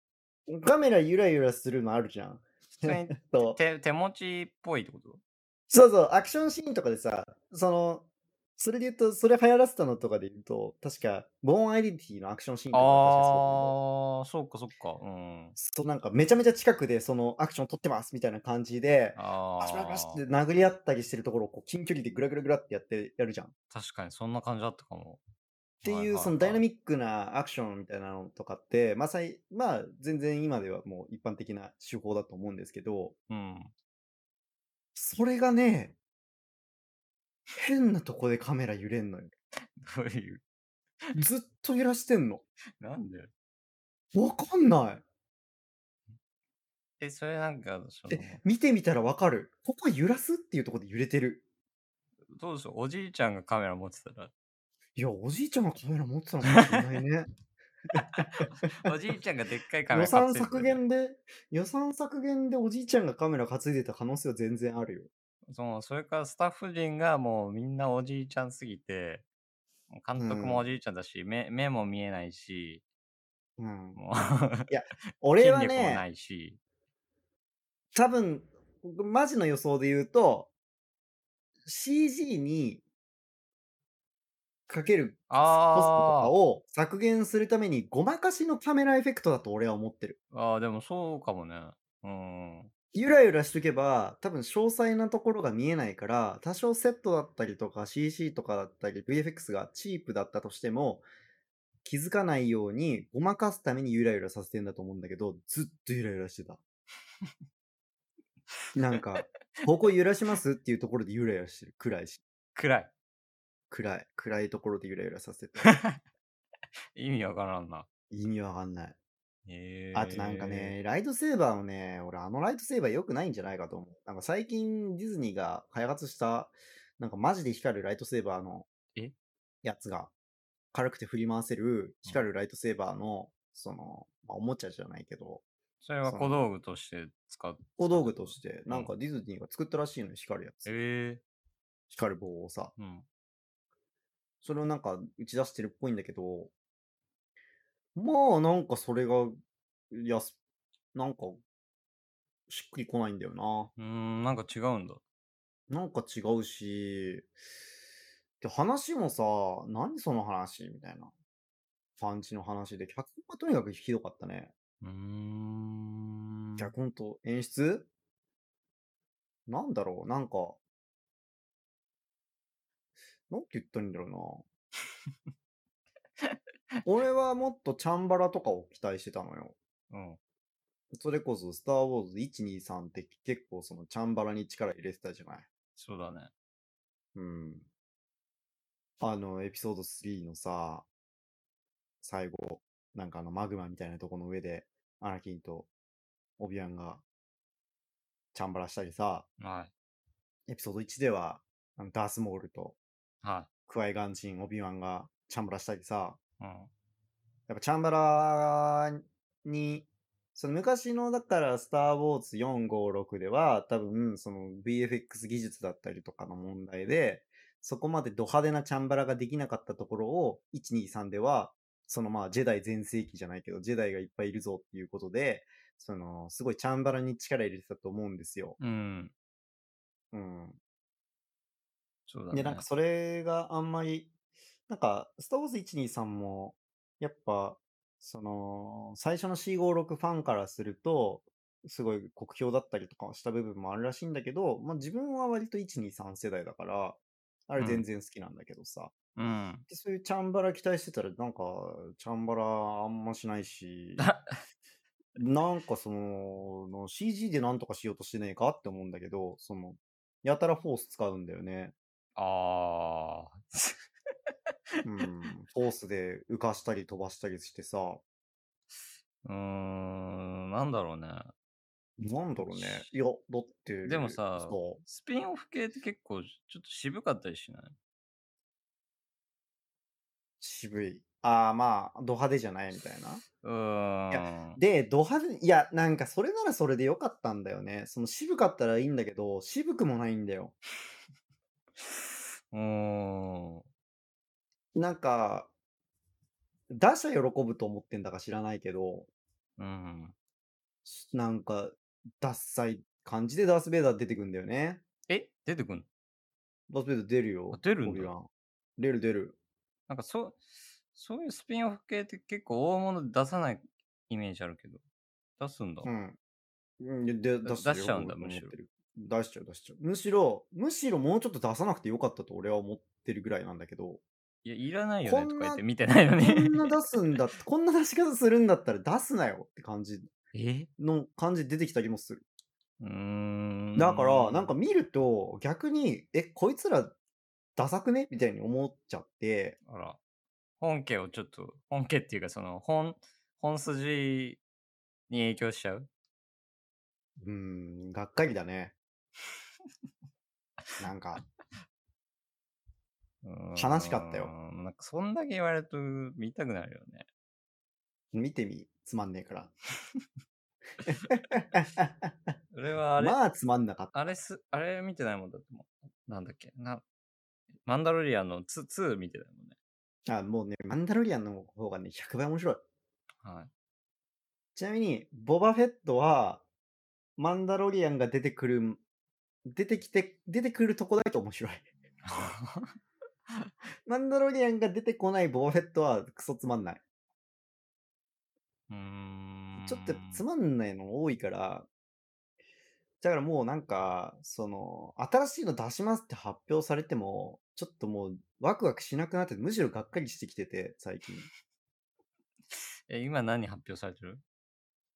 Speaker 1: カメラゆらゆらするのあるじゃん。
Speaker 2: 普通 に
Speaker 1: と、
Speaker 2: 手手持ちっぽいってこと
Speaker 1: そうそう、アクションシーンとかでさ、その、それで言うと、それ流行らせたのとかで言うと、確か、ボーンアイデンティティのアクションシーンとかも確かそうだけど、
Speaker 2: あー、そうかそっか。うん。
Speaker 1: そうなんかめちゃめちゃ近くでそのアクション撮ってますみたいな感じで、バシバシバシっ
Speaker 2: あ
Speaker 1: て殴り合ったりしてるところをこう近距離でグラグラグラってやってやるじゃん。っ
Speaker 2: ー、確かにそんな感じだったかも。
Speaker 1: て
Speaker 2: はい
Speaker 1: いうそ
Speaker 2: は
Speaker 1: の
Speaker 2: い
Speaker 1: ダイ
Speaker 2: は
Speaker 1: ナ
Speaker 2: い。
Speaker 1: ミックなアクションみたいなのとかって、まあ、さいまあ全然今ではもう一般的な手法だと思うんですけど、
Speaker 2: うん。
Speaker 1: それがね、変なとこでカメラ揺れんのよ。
Speaker 2: どういう、
Speaker 1: ずっと揺らしてんの。
Speaker 2: なんで
Speaker 1: わかんない。
Speaker 2: え、それなんか、そ
Speaker 1: え、
Speaker 2: の、
Speaker 1: 見てみたらわかる。ここ揺らすっていうところで揺れてる。
Speaker 2: どうでしょうおじいちゃんがカメラ持ってたら。
Speaker 1: いや、おじいちゃんがカメラ持ってたのかもしれないね。
Speaker 2: おじいちゃんがでっか いカメ
Speaker 1: 予
Speaker 2: ラ担
Speaker 1: 算
Speaker 2: いで
Speaker 1: 削
Speaker 2: たら。
Speaker 1: 減で、予算削減でおじいちゃんがカメラ担いでた可能性は全然あるよ。
Speaker 2: その、それからスタッフ陣がもうみんなおじいちゃんすぎて、もう
Speaker 1: う
Speaker 2: 監督もお
Speaker 1: ん。
Speaker 2: じいちゃんだし、目目も見えないし、
Speaker 1: うん。
Speaker 2: もう
Speaker 1: いや、俺
Speaker 2: 筋
Speaker 1: は
Speaker 2: 力も
Speaker 1: ね、
Speaker 2: ないし、
Speaker 1: 多分、マジの予想で言うと、CG にかけるコストとか
Speaker 2: あ
Speaker 1: を削減するためにごまかしのカメラエフェクトだと俺は思ってる。
Speaker 2: ー、あーでもそうかもね。うん。
Speaker 1: ゆらゆらしとけば、多分詳細なところが見えないから、多少セットだったりとか CC とかだったり VFX がチープだったとしても、気づかないようにごまかすためにゆらゆらさせてんだと思うんだけど、ずっとゆらゆらしてた。なんか、ここ揺らしますっていうところでゆらゆらしてる。暗いし。
Speaker 2: 暗い。
Speaker 1: 暗い。暗いところでゆらゆらさせてた。
Speaker 2: 意味わからんな。
Speaker 1: 意味わかんない。あとなんか
Speaker 2: え
Speaker 1: ね、ライトセーバーもね、俺あのライトセーバー良くないんじゃないかと思う。なんか最近ディズニーが開発した、なんかマジで光るライトセーバーの
Speaker 2: ー、え、
Speaker 1: やつが、軽くて振り回せる
Speaker 2: うん、
Speaker 1: 光るライトセーバーの、その、まあ、おもちゃじゃないけど、
Speaker 2: それは
Speaker 1: そ
Speaker 2: 小
Speaker 1: の、
Speaker 2: 道具として使っ
Speaker 1: 小
Speaker 2: 使っ
Speaker 1: 道具
Speaker 2: てた
Speaker 1: と
Speaker 2: の
Speaker 1: して、
Speaker 2: う
Speaker 1: なん
Speaker 2: ん。
Speaker 1: かディズニーが作ったらしいのよ、光るやつ。
Speaker 2: え
Speaker 1: 光る棒をさ。
Speaker 2: ー、うん。
Speaker 1: それをなんか打ち出してるっぽいんだけど、まあなんかそれが、いや、すなんかしっくりこないんだよな。
Speaker 2: うーん、なんか違うんだ。
Speaker 1: なんか違うし、で、話もさ、何その話みたいな感じの話で、脚本がとにかくひどかったね。
Speaker 2: うーん。
Speaker 1: 脚本と演出なんだろう、なんか、なんて言ったらいいんだろうな。 俺はもっとチャンバラとかを期待してたのよ。
Speaker 2: うん。
Speaker 1: それこそ、スター・ウォーズ123って結構そのチャンバラに力入れてたじゃない。
Speaker 2: そうだね。
Speaker 1: うん。あの、エピソード3のさ、最後、なんかあのマグマみたいなとこの上で、アナキンとオビアンがチャンバラしたりさ、
Speaker 2: は
Speaker 1: エピソード1では、あのダースモールと
Speaker 2: い。は
Speaker 1: クワイガンジン、オビワンがチャンバラしたりさ、
Speaker 2: い。うん。
Speaker 1: やっぱチャンバラに、その昔の、だから、スター・ウォーズ4、5、6では、多分、その VFX 技術だったりとかの問題で、そこまでド派手なチャンバラができなかったところを、1、2、3では、そのまあ、ジェダイ全盛期じゃないけど、ジェダイがいっぱいいるぞっていうことで、その、すごいチャンバラに力入れてたと思うんですよ。
Speaker 2: うん。
Speaker 1: うん。
Speaker 2: そうだね。
Speaker 1: で、なんかそれがあんまり、なんか、スター・ウォーズ123も、やっぱ、その、最初の C56 ファンからすると、すごい酷評だったりとかした部分もあるらしいんだけど、まあ自分は割と123世代だから、あれ全然好きなんだけどさ、
Speaker 2: うん。
Speaker 1: でそういうチャンバラ期待してたら、なんか、チャンバラあんましないし、なんかその、の CG でなんとかしようとしてねえかって思うんだけど、その、やたらフォース使うんだよね。
Speaker 2: ああ。
Speaker 1: うん、フォースで浮かしたり飛ばしたりしてさ、
Speaker 2: うーん。なんだろうね。
Speaker 1: なんだろうね。いや、だって、
Speaker 2: でもさ
Speaker 1: そ
Speaker 2: スピンオフ系って結構ちょっと渋かったりしないう
Speaker 1: 渋い。ああ、まあ、ド派手じゃないみたいな。
Speaker 2: うーん。
Speaker 1: で、ド派手、いや、なんかそれならそれでよかったんだよね。その渋かったらいいんだけど、渋くもないんだよ。
Speaker 2: うーん。
Speaker 1: なんか、打者喜ぶと思ってんだか知らないけど、
Speaker 2: うん。
Speaker 1: なんか、ダッサい感じでダース・ベイダー出てくんだよね。
Speaker 2: え出てくんの
Speaker 1: ダース・ベイダー出るよ
Speaker 2: あ。出るんだ
Speaker 1: オビワン出る出る。
Speaker 2: なんかそう、そういうスピンオフ系って結構大物で出さないイメージあるけど。出すんだ。
Speaker 1: うん。うんで出してる
Speaker 2: 出しちゃうんだ
Speaker 1: 僕も
Speaker 2: むし
Speaker 1: 思っ
Speaker 2: ろ
Speaker 1: てる出しちゃう、出しちゃう。むしろ、むしろもうちょっと出さなくてよかったと俺は思ってるぐらいなんだけど、
Speaker 2: いや、いらないよ
Speaker 1: こ
Speaker 2: ね
Speaker 1: んな
Speaker 2: とか言って見てないの
Speaker 1: こ
Speaker 2: に。
Speaker 1: んな出すんだ、こんな出し方するんだったら出すなよって感じ
Speaker 2: え
Speaker 1: の感じ出てきたりもする。
Speaker 2: うーん。
Speaker 1: だから、なんか、見ると逆に、え、こいつらダサくねみたいに思っちゃって、
Speaker 2: あら、本家をちょっと、本家っていうか、その、本、本筋に影響しちゃう
Speaker 1: うーん、がっかりだね。なんか、
Speaker 2: うーん
Speaker 1: 悲しかったよ
Speaker 2: なんか、そんだけ言われると見たくなるよね。
Speaker 1: 見てみ、つまんねえから。
Speaker 2: 俺は あれ、
Speaker 1: まあ、つまんなかった。
Speaker 2: あれす、あれ見てないもんだってもう、なんだっけ、な、マンダロリアンの 2, 2見てないもんね。
Speaker 1: あ、もうね、マンダロリアンの方がね、100倍面白い。
Speaker 2: はい。
Speaker 1: ちなみに、ボバフェットは、マンダロリアンが出てくる、出てきて、出てくるとこだけ面白い。 マンダロリアンが出てこないボバフェットはクソつまんない。
Speaker 2: うーん。
Speaker 1: ちょっとやっぱつまんないの多いから、だからもうなんか、その、新しいの出しますって発表されても、ちょっともうワクワクしなくなって、むしろがっかりしてきてて、最近。
Speaker 2: え、今何発表されてる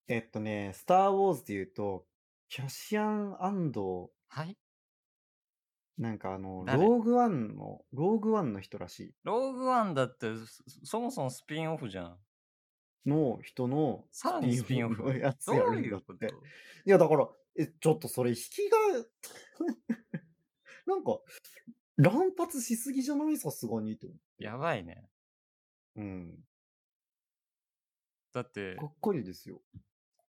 Speaker 1: えっとね、スター・ウォーズで言うと、キャシアン
Speaker 2: はい
Speaker 1: なんかあの、
Speaker 2: 誰
Speaker 1: ローグワンの、ローグワンの人らし
Speaker 2: ローグワンだってそ、そもそもスピンオフじゃん。
Speaker 1: いの人の
Speaker 2: さらにスピンオフ。
Speaker 1: のやつ
Speaker 2: ど
Speaker 1: や
Speaker 2: う
Speaker 1: るん
Speaker 2: い
Speaker 1: だっ
Speaker 2: うこと
Speaker 1: て。いやだから、え、ちょっとそれ引きが、 なんか、乱発しすぎじゃないさすがにと。
Speaker 2: やばいね。
Speaker 1: うん。
Speaker 2: だって
Speaker 1: か、っこいいですよ。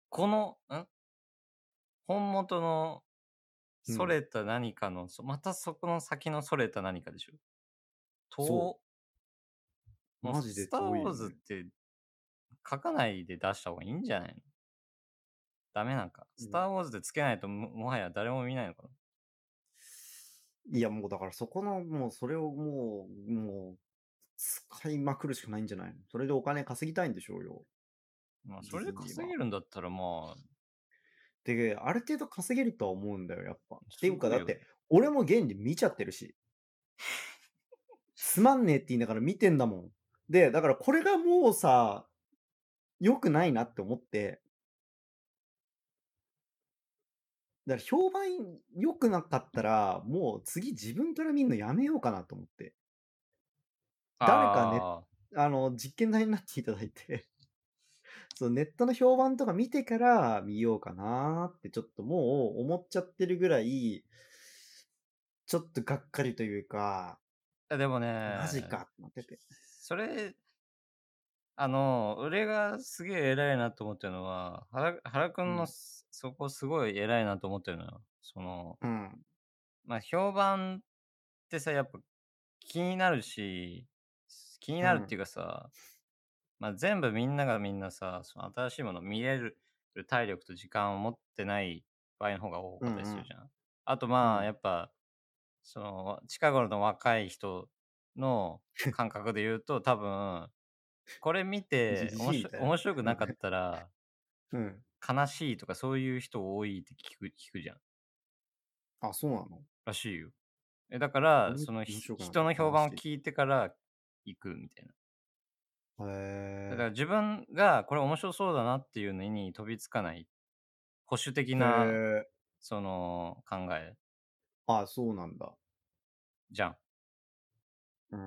Speaker 2: この、ん本元の、
Speaker 1: うん
Speaker 2: それた何かの、そまたそこの先のそれた何かでしょ
Speaker 1: そ
Speaker 2: とう
Speaker 1: マジで
Speaker 2: スター・
Speaker 1: 遠い
Speaker 2: ウ
Speaker 1: よ
Speaker 2: ォー
Speaker 1: ね
Speaker 2: ズって書かないで出した方がいいんじゃないのダメなんか。
Speaker 1: うん
Speaker 2: スター・ウォーズでつけないとももはや誰も見ないのかない
Speaker 1: やもうだからそこの、もうそれをもう、もう、使いまくるしかないんじゃないのそれでお金稼ぎたいんでしょうよ。
Speaker 2: まあ、
Speaker 1: ディ
Speaker 2: それ
Speaker 1: ズ
Speaker 2: で
Speaker 1: ニーは
Speaker 2: 稼げるんだったら、まあ、
Speaker 1: で、ある程度稼げるとは思うんだよ、やっぱ。って
Speaker 2: す
Speaker 1: いうか、
Speaker 2: ごい
Speaker 1: だっ
Speaker 2: よね。
Speaker 1: て、俺も現に見ちゃってるし、つまんねえって言いながら見てんだもん。で、だからこれがもうさ、良くないなって思って、だから評判良くなかったら、もう次自分から見るのやめようかなと思って。誰かね、
Speaker 2: ああ、
Speaker 1: あの、実験台になっていただいて、 そう、ネットの評判とか見てから見ようかなってちょっともう思っちゃってるぐらい、ちょっとがっかりというか、
Speaker 2: いやでも
Speaker 1: マジ
Speaker 2: ね、
Speaker 1: かってなってて。
Speaker 2: それ、あの、俺がすげえ偉いなと思ってるのは、原原く
Speaker 1: うん
Speaker 2: の
Speaker 1: ん。
Speaker 2: すそこすごい偉いなと思ってるのよ。その、
Speaker 1: うん。
Speaker 2: まあ、評判ってさ、やっぱ気になるし、気に
Speaker 1: う
Speaker 2: なるっ
Speaker 1: ん。
Speaker 2: ていうかさ、まあ、全部みんながみんなさ、その新しいものを見れる体力と時間を持ってない場合の方が多
Speaker 1: う
Speaker 2: かったりする
Speaker 1: ん
Speaker 2: じゃん。あと
Speaker 1: うん。う
Speaker 2: まあ、
Speaker 1: ん。
Speaker 2: やっぱ、その、近頃の若い人の感覚で言うと、多分、これ見
Speaker 1: じ
Speaker 2: て面
Speaker 1: じいみ
Speaker 2: 白
Speaker 1: たいな。
Speaker 2: 面白くなかったら
Speaker 1: うん。
Speaker 2: 悲しいとかそういう人多いって聞く聞くじゃん。
Speaker 1: あ、そうなの
Speaker 2: らしいよ。えだから、
Speaker 1: 俺
Speaker 2: その
Speaker 1: 面
Speaker 2: ひ
Speaker 1: 白くなか
Speaker 2: 人の
Speaker 1: った
Speaker 2: 評
Speaker 1: ら
Speaker 2: 判を
Speaker 1: しい。
Speaker 2: 聞いてから行くみたいな。
Speaker 1: へ
Speaker 2: だから
Speaker 1: え。
Speaker 2: 自分がこれ面白そうだなっていうのに飛びつかない保守的
Speaker 1: へ
Speaker 2: な
Speaker 1: え。
Speaker 2: その考え
Speaker 1: あ、そうなんだ。
Speaker 2: じゃん。
Speaker 1: う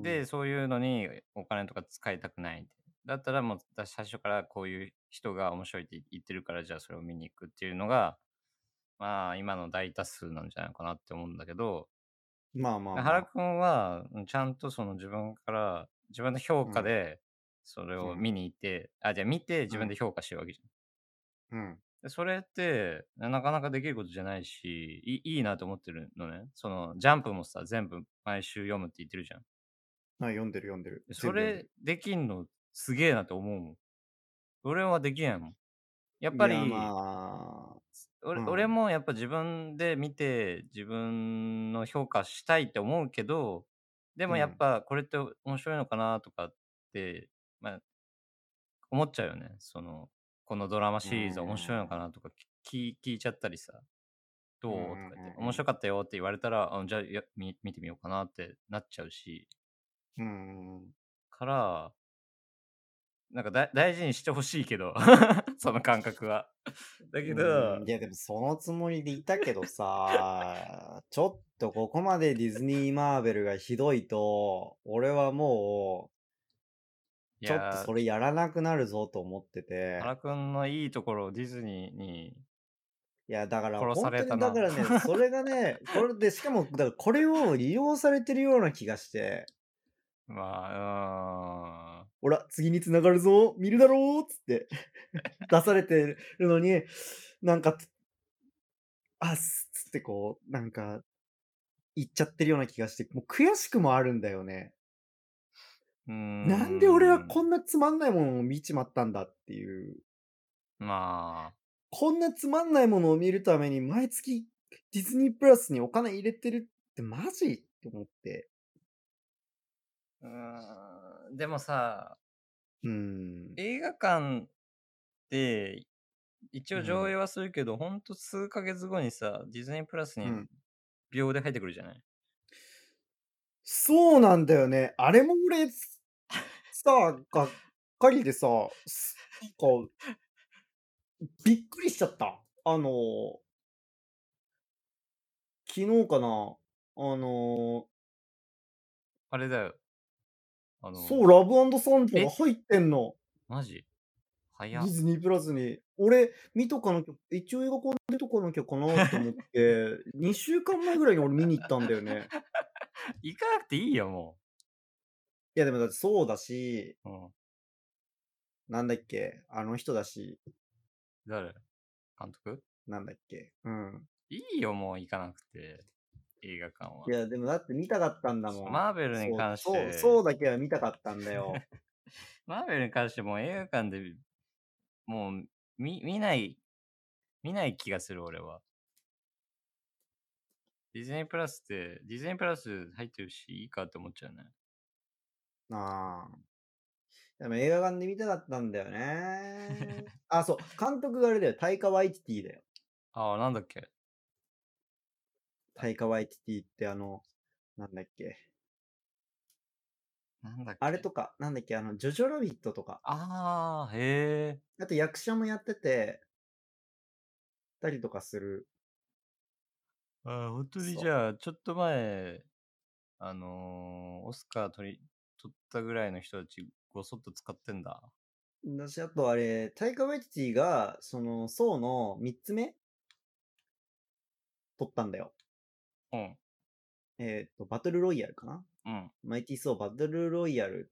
Speaker 1: ん。
Speaker 2: で、そういうのにお金とか使いたくないみたいな。だったらもうだ最初からこういう人が面白いって言ってるからじゃあそれを見に行くっていうのがまあ今の大多数なんじゃないかなって思うんだけど
Speaker 1: まあまあ
Speaker 2: 原
Speaker 1: ま
Speaker 2: くんはうんちゃんとその自分から自分の
Speaker 1: あ。
Speaker 2: 評
Speaker 1: う
Speaker 2: 価
Speaker 1: ん。
Speaker 2: でそれ
Speaker 1: う
Speaker 2: を見
Speaker 1: ん。
Speaker 2: に行ってあじゃあ見て
Speaker 1: う
Speaker 2: 自分で
Speaker 1: ん。
Speaker 2: 評価してるわけじゃん。
Speaker 1: うん。
Speaker 2: でそれってなかなかできることじゃないしいいいなと思ってるのね。そのジャンプもさ全部毎週読むって言ってるじゃん。
Speaker 1: あ、読んでる読んでる。
Speaker 2: でそ
Speaker 1: 全部読んで
Speaker 2: れ
Speaker 1: る。
Speaker 2: できんのすげえなと思うもん。俺はできないもん。やっ
Speaker 1: い
Speaker 2: ぱ
Speaker 1: や、
Speaker 2: り、
Speaker 1: まあ、
Speaker 2: 俺
Speaker 1: う
Speaker 2: 俺
Speaker 1: ん。
Speaker 2: もやっぱ自分で見て自分の評価したいって思うけど、で
Speaker 1: う
Speaker 2: もやっ
Speaker 1: ん。
Speaker 2: ぱこれって面白いのかなとかって、まあ思っちゃうよね。その、このドラマ
Speaker 1: う
Speaker 2: シリーズ面白いのか
Speaker 1: ん。
Speaker 2: なとか聞聞いちゃったりさ、
Speaker 1: う
Speaker 2: どうと
Speaker 1: ん。
Speaker 2: か
Speaker 1: う
Speaker 2: 言って、
Speaker 1: ん。う
Speaker 2: 面白
Speaker 1: ん。
Speaker 2: かったよって言われたら、あじゃあいや見見てみようかなってなっちゃうし、
Speaker 1: うん。うん
Speaker 2: から、なんかだ大事にしてほしいけど、 その感覚は。だけ
Speaker 1: うん
Speaker 2: ど、
Speaker 1: いや、でもそのつもりでいたけど さ、ちょっとここまでディズニー・マーベルがひどいと、俺はも、
Speaker 2: いう
Speaker 1: ちょっと
Speaker 2: や
Speaker 1: それやらなくなるぞと思って
Speaker 2: ー、
Speaker 1: て、
Speaker 2: 原くんのいいところをディズニーに
Speaker 1: いや、だから
Speaker 2: 殺さ
Speaker 1: 本
Speaker 2: れ
Speaker 1: 当
Speaker 2: た
Speaker 1: に、だ
Speaker 2: な。
Speaker 1: からね、それがね、これで、しかも、だからこれを利用されてるような気がして、
Speaker 2: まあ、う
Speaker 1: ほら、次に繋がるぞ、見るだろうっつって 出されてるのに、なんか、あっつってこう、なんか、言っちゃってるような気がして、もう悔しくもあるんだよね。
Speaker 2: ー
Speaker 1: なんで俺は
Speaker 2: ん、うー
Speaker 1: こんなつまんないものを見ちまったんだっていう。
Speaker 2: ん、まあ、
Speaker 1: こんなつまんないものを見るために毎月ディズニープラスにお金入れてるってマジって思って。
Speaker 2: うーん、でもさ、
Speaker 1: うーん。
Speaker 2: 映画館で一
Speaker 1: う
Speaker 2: 応上映
Speaker 1: ん。
Speaker 2: はするけど、ほんと数ヶ月後にさ、ディズニープラス
Speaker 1: う
Speaker 2: に
Speaker 1: ん。
Speaker 2: 秒で入ってくるじゃない
Speaker 1: そうなんだよね。あれも俺、さ、がっかりでさ、すなんか、びっくりしちゃった。あの、昨日かな。あの、
Speaker 2: あれだよ。あ
Speaker 1: そう、
Speaker 2: の、
Speaker 1: ラブサンドが
Speaker 2: え
Speaker 1: 入ってんの。
Speaker 2: マジ
Speaker 1: デ
Speaker 2: 早
Speaker 1: ィ
Speaker 2: っ。
Speaker 1: ズニープラスに、俺、見とかなきゃ、一応映画館でとかなきゃかなと思って、2週 間前ぐらいに俺見に行ったんだよね。
Speaker 2: 行かなくていいよ、も
Speaker 1: いや、でもだってそうだし、
Speaker 2: う。うん。
Speaker 1: なんだっけ、あの人だし、
Speaker 2: 誰監督
Speaker 1: なんだっけ、うん。
Speaker 2: いいよ、もう行かなくて。映画館
Speaker 1: い
Speaker 2: は。
Speaker 1: や、でもだって見たかったんだ
Speaker 2: そう
Speaker 1: もん。
Speaker 2: マーベルに
Speaker 1: そう、
Speaker 2: 関し
Speaker 1: そう、そ
Speaker 2: て、
Speaker 1: うだけは見たかったんだ よ。
Speaker 2: マーベルに関してもう映画館でもう見見ない、見ない気がする、俺は。ディズニープラスって、ディズニープラス入ってるし、いいかって思っちゃうね。
Speaker 1: なあ。でも映画館で見たかったんだよね。あ、そう、監督があれだよ、タイカ・ワイティティだよ。
Speaker 2: ああ、なんだっけ
Speaker 1: タイカ・ワイティティってあの、なんだっけ。
Speaker 2: なんだっけ
Speaker 1: あれとか、なんだっけ、あの、ジョジョラビットとか。
Speaker 2: ああ、へえ。
Speaker 1: あと役者もやってて、たりとかする。
Speaker 2: ああ、本当に
Speaker 1: そう
Speaker 2: じゃあ、ちょっと前、あのーオスカー取り、取ったぐらいの人たち、ごそっと使ってんだ。
Speaker 1: 私、あとあれ、タイカ・ワイティティが、その、層の3つ目取ったんだよ。
Speaker 2: うん。
Speaker 1: えっ、と、バトルロイヤルかな
Speaker 2: うん。
Speaker 1: マイティー・ソーバトルロイヤル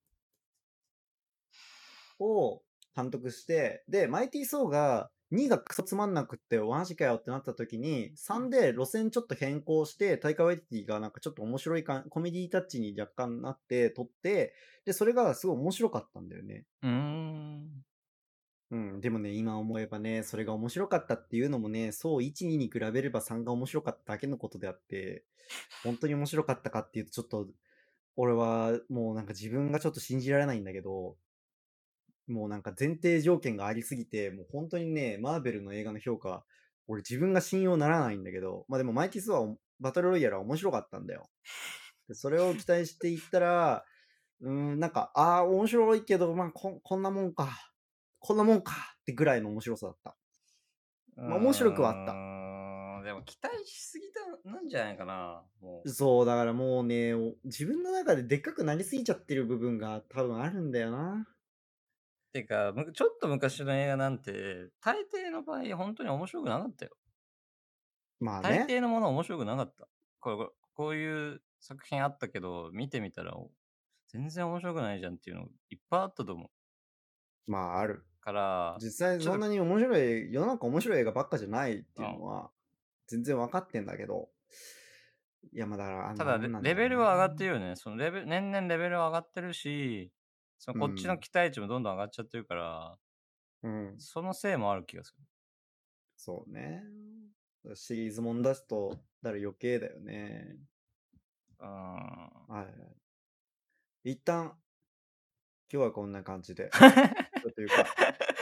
Speaker 1: を監督して、で、マイティー・ソーが2がクソつまんなくって、マジかよってなった時に、3で路線ちょっと変更して、タイカ・ワイティティがなんかちょっと面白いかんコメディタッチに若干なって撮って、で、それがすごい面白かったんだよね。
Speaker 2: うーん。
Speaker 1: うん、でもね、今思えばね、それが面白かったっていうのもね、そう1、2に比べれば3が面白かっただけのことであって、本当に面白かったかっていうと、ちょっと、俺はもうなんか自分がちょっと信じられないんだけど、もうなんか前提条件がありすぎて、もう本当にね、マーベルの映画の評価、俺自分が信用ならないんだけど、まあでもマイティスはバトルロイヤルは面白かったんだよ。でそれを期待していったら、うーん、なんか、ああ、面白いけど、まあこん、こんなもんか。こんなもんかってぐらいの面白さだった。まあ面白くはあった
Speaker 2: あった。でも期待しすぎたなんじゃないかな。もう。
Speaker 1: そう、だからもうね、お自分の中ででっかくなりすぎちゃってる部分が多分あるんだよな。
Speaker 2: てか、むちょっと昔の映画なんて、大抵の場合、本当に面白くなかったよ。
Speaker 1: まあ
Speaker 2: 大
Speaker 1: ね。
Speaker 2: 抵のものは面白くなかった。これこれこういう作品あったけど、見てみたら、お全然面白くないじゃんっていうのいっぱいあったと思う。
Speaker 1: まあある。
Speaker 2: から、
Speaker 1: 実際
Speaker 2: ちょっと
Speaker 1: そんなに面白い、世の中面白い映画ばっかじゃないっていうのは、全然分かってんだけど。いや、まあだから、あん
Speaker 2: た
Speaker 1: な
Speaker 2: だ
Speaker 1: も
Speaker 2: レ
Speaker 1: んなん
Speaker 2: レ
Speaker 1: よ
Speaker 2: ベルは上が
Speaker 1: な
Speaker 2: ってるよね。そのレベル年々レベルは上がってるし、そのこっち
Speaker 1: う
Speaker 2: の
Speaker 1: ん
Speaker 2: 期待値もどんどん上がっちゃってるから、
Speaker 1: うん。
Speaker 2: そのせいもある気がする。
Speaker 1: そうね。シリーズもん出すと、だから余計だよね。
Speaker 2: うん。
Speaker 1: はいはい。一旦、今日はこんな感じ で。というか、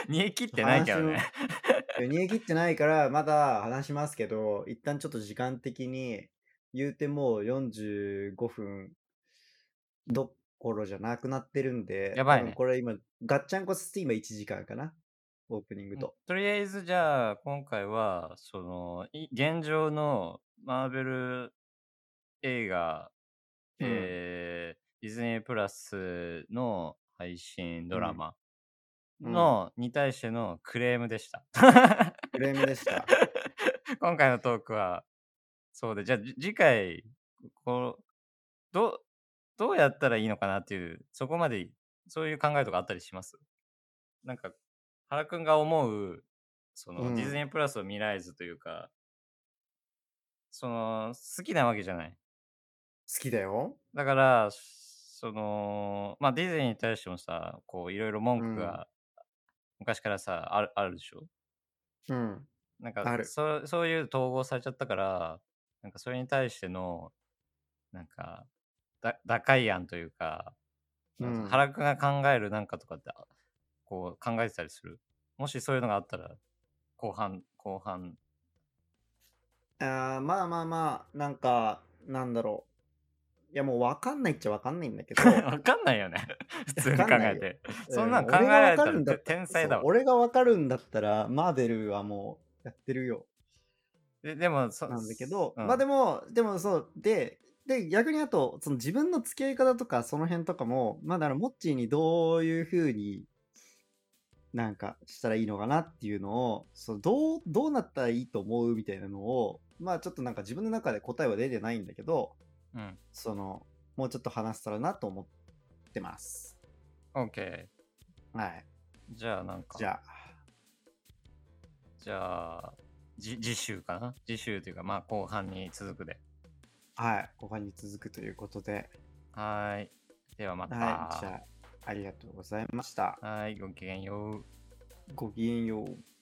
Speaker 2: 煮え切ってないけどね。
Speaker 1: いや煮え切ってないからまだ話しますけど一旦ちょっと時間的に言うてもう45分どころじゃなくなってるんで
Speaker 2: やばいね
Speaker 1: 多分これ今ガッチャンコスって今1時間かなオープニングと、
Speaker 2: とりあえずじゃあ今回はそのい現状のマーベル映画、
Speaker 1: うん
Speaker 2: えーディズニープラスの配信ドラマ
Speaker 1: うん
Speaker 2: の、に対してのクレームでした。
Speaker 1: フレームで した
Speaker 2: 今回のトークはそうでじゃあじ次回こうどうどうやったらいいのかなっていうそこまでそういう考えとかあったりしますなんか原くんが思うその、
Speaker 1: うん
Speaker 2: ディズニープラスを未来図というかその好きなわけじゃない
Speaker 1: 好きだよ
Speaker 2: だからそのまあディズニーに対してもさこういろいろ文
Speaker 1: うん
Speaker 2: 句が昔からさ、あるあるでしょ
Speaker 1: うん
Speaker 2: なんか
Speaker 1: ある
Speaker 2: そそういう統合されちゃったからなんかそれに対してのなんかだ打開案というか、
Speaker 1: うん
Speaker 2: 原くんが考えるなんかとかってあこう考えてたりするもしそういうのがあったら後半 後半
Speaker 1: あーまあまあまあなんかなんだろういやもう分かんないっちゃ分かんないんだけ ど
Speaker 2: わかんないよね 普通に考
Speaker 1: わかんない
Speaker 2: え
Speaker 1: よ
Speaker 2: て
Speaker 1: うん
Speaker 2: そんなん考えられた
Speaker 1: 俺
Speaker 2: ら
Speaker 1: がわかるんだった
Speaker 2: 天才だ
Speaker 1: そう
Speaker 2: わ
Speaker 1: 俺が分かるんだったらマーベルはもうやってるよ
Speaker 2: ででもそ
Speaker 1: なんだけど、
Speaker 2: うん
Speaker 1: まあでも、でもそう、で、で、逆にあと、その自分の付き合い方とか、その辺とかも、まあだから、モッチーにどういうふうになんかしたらいいのかなっていうのを、そのどう、どうなったらいいと思うみたいなのを、まあちょっとなんか自分の中で答えは出てないんだけど、
Speaker 2: うん
Speaker 1: その、もうちょっと話せたらなと思ってます。
Speaker 2: OK
Speaker 1: はい。
Speaker 2: じゃあなんか
Speaker 1: じゃあ、
Speaker 2: じゃあじ次週かな次週というかまあ後半に続くで
Speaker 1: はい。後半に続くということで、
Speaker 2: はーい。ではまた。
Speaker 1: はい。じゃあ、ありがとうございました。
Speaker 2: はい、ごきげんよう。
Speaker 1: ごきげんよう。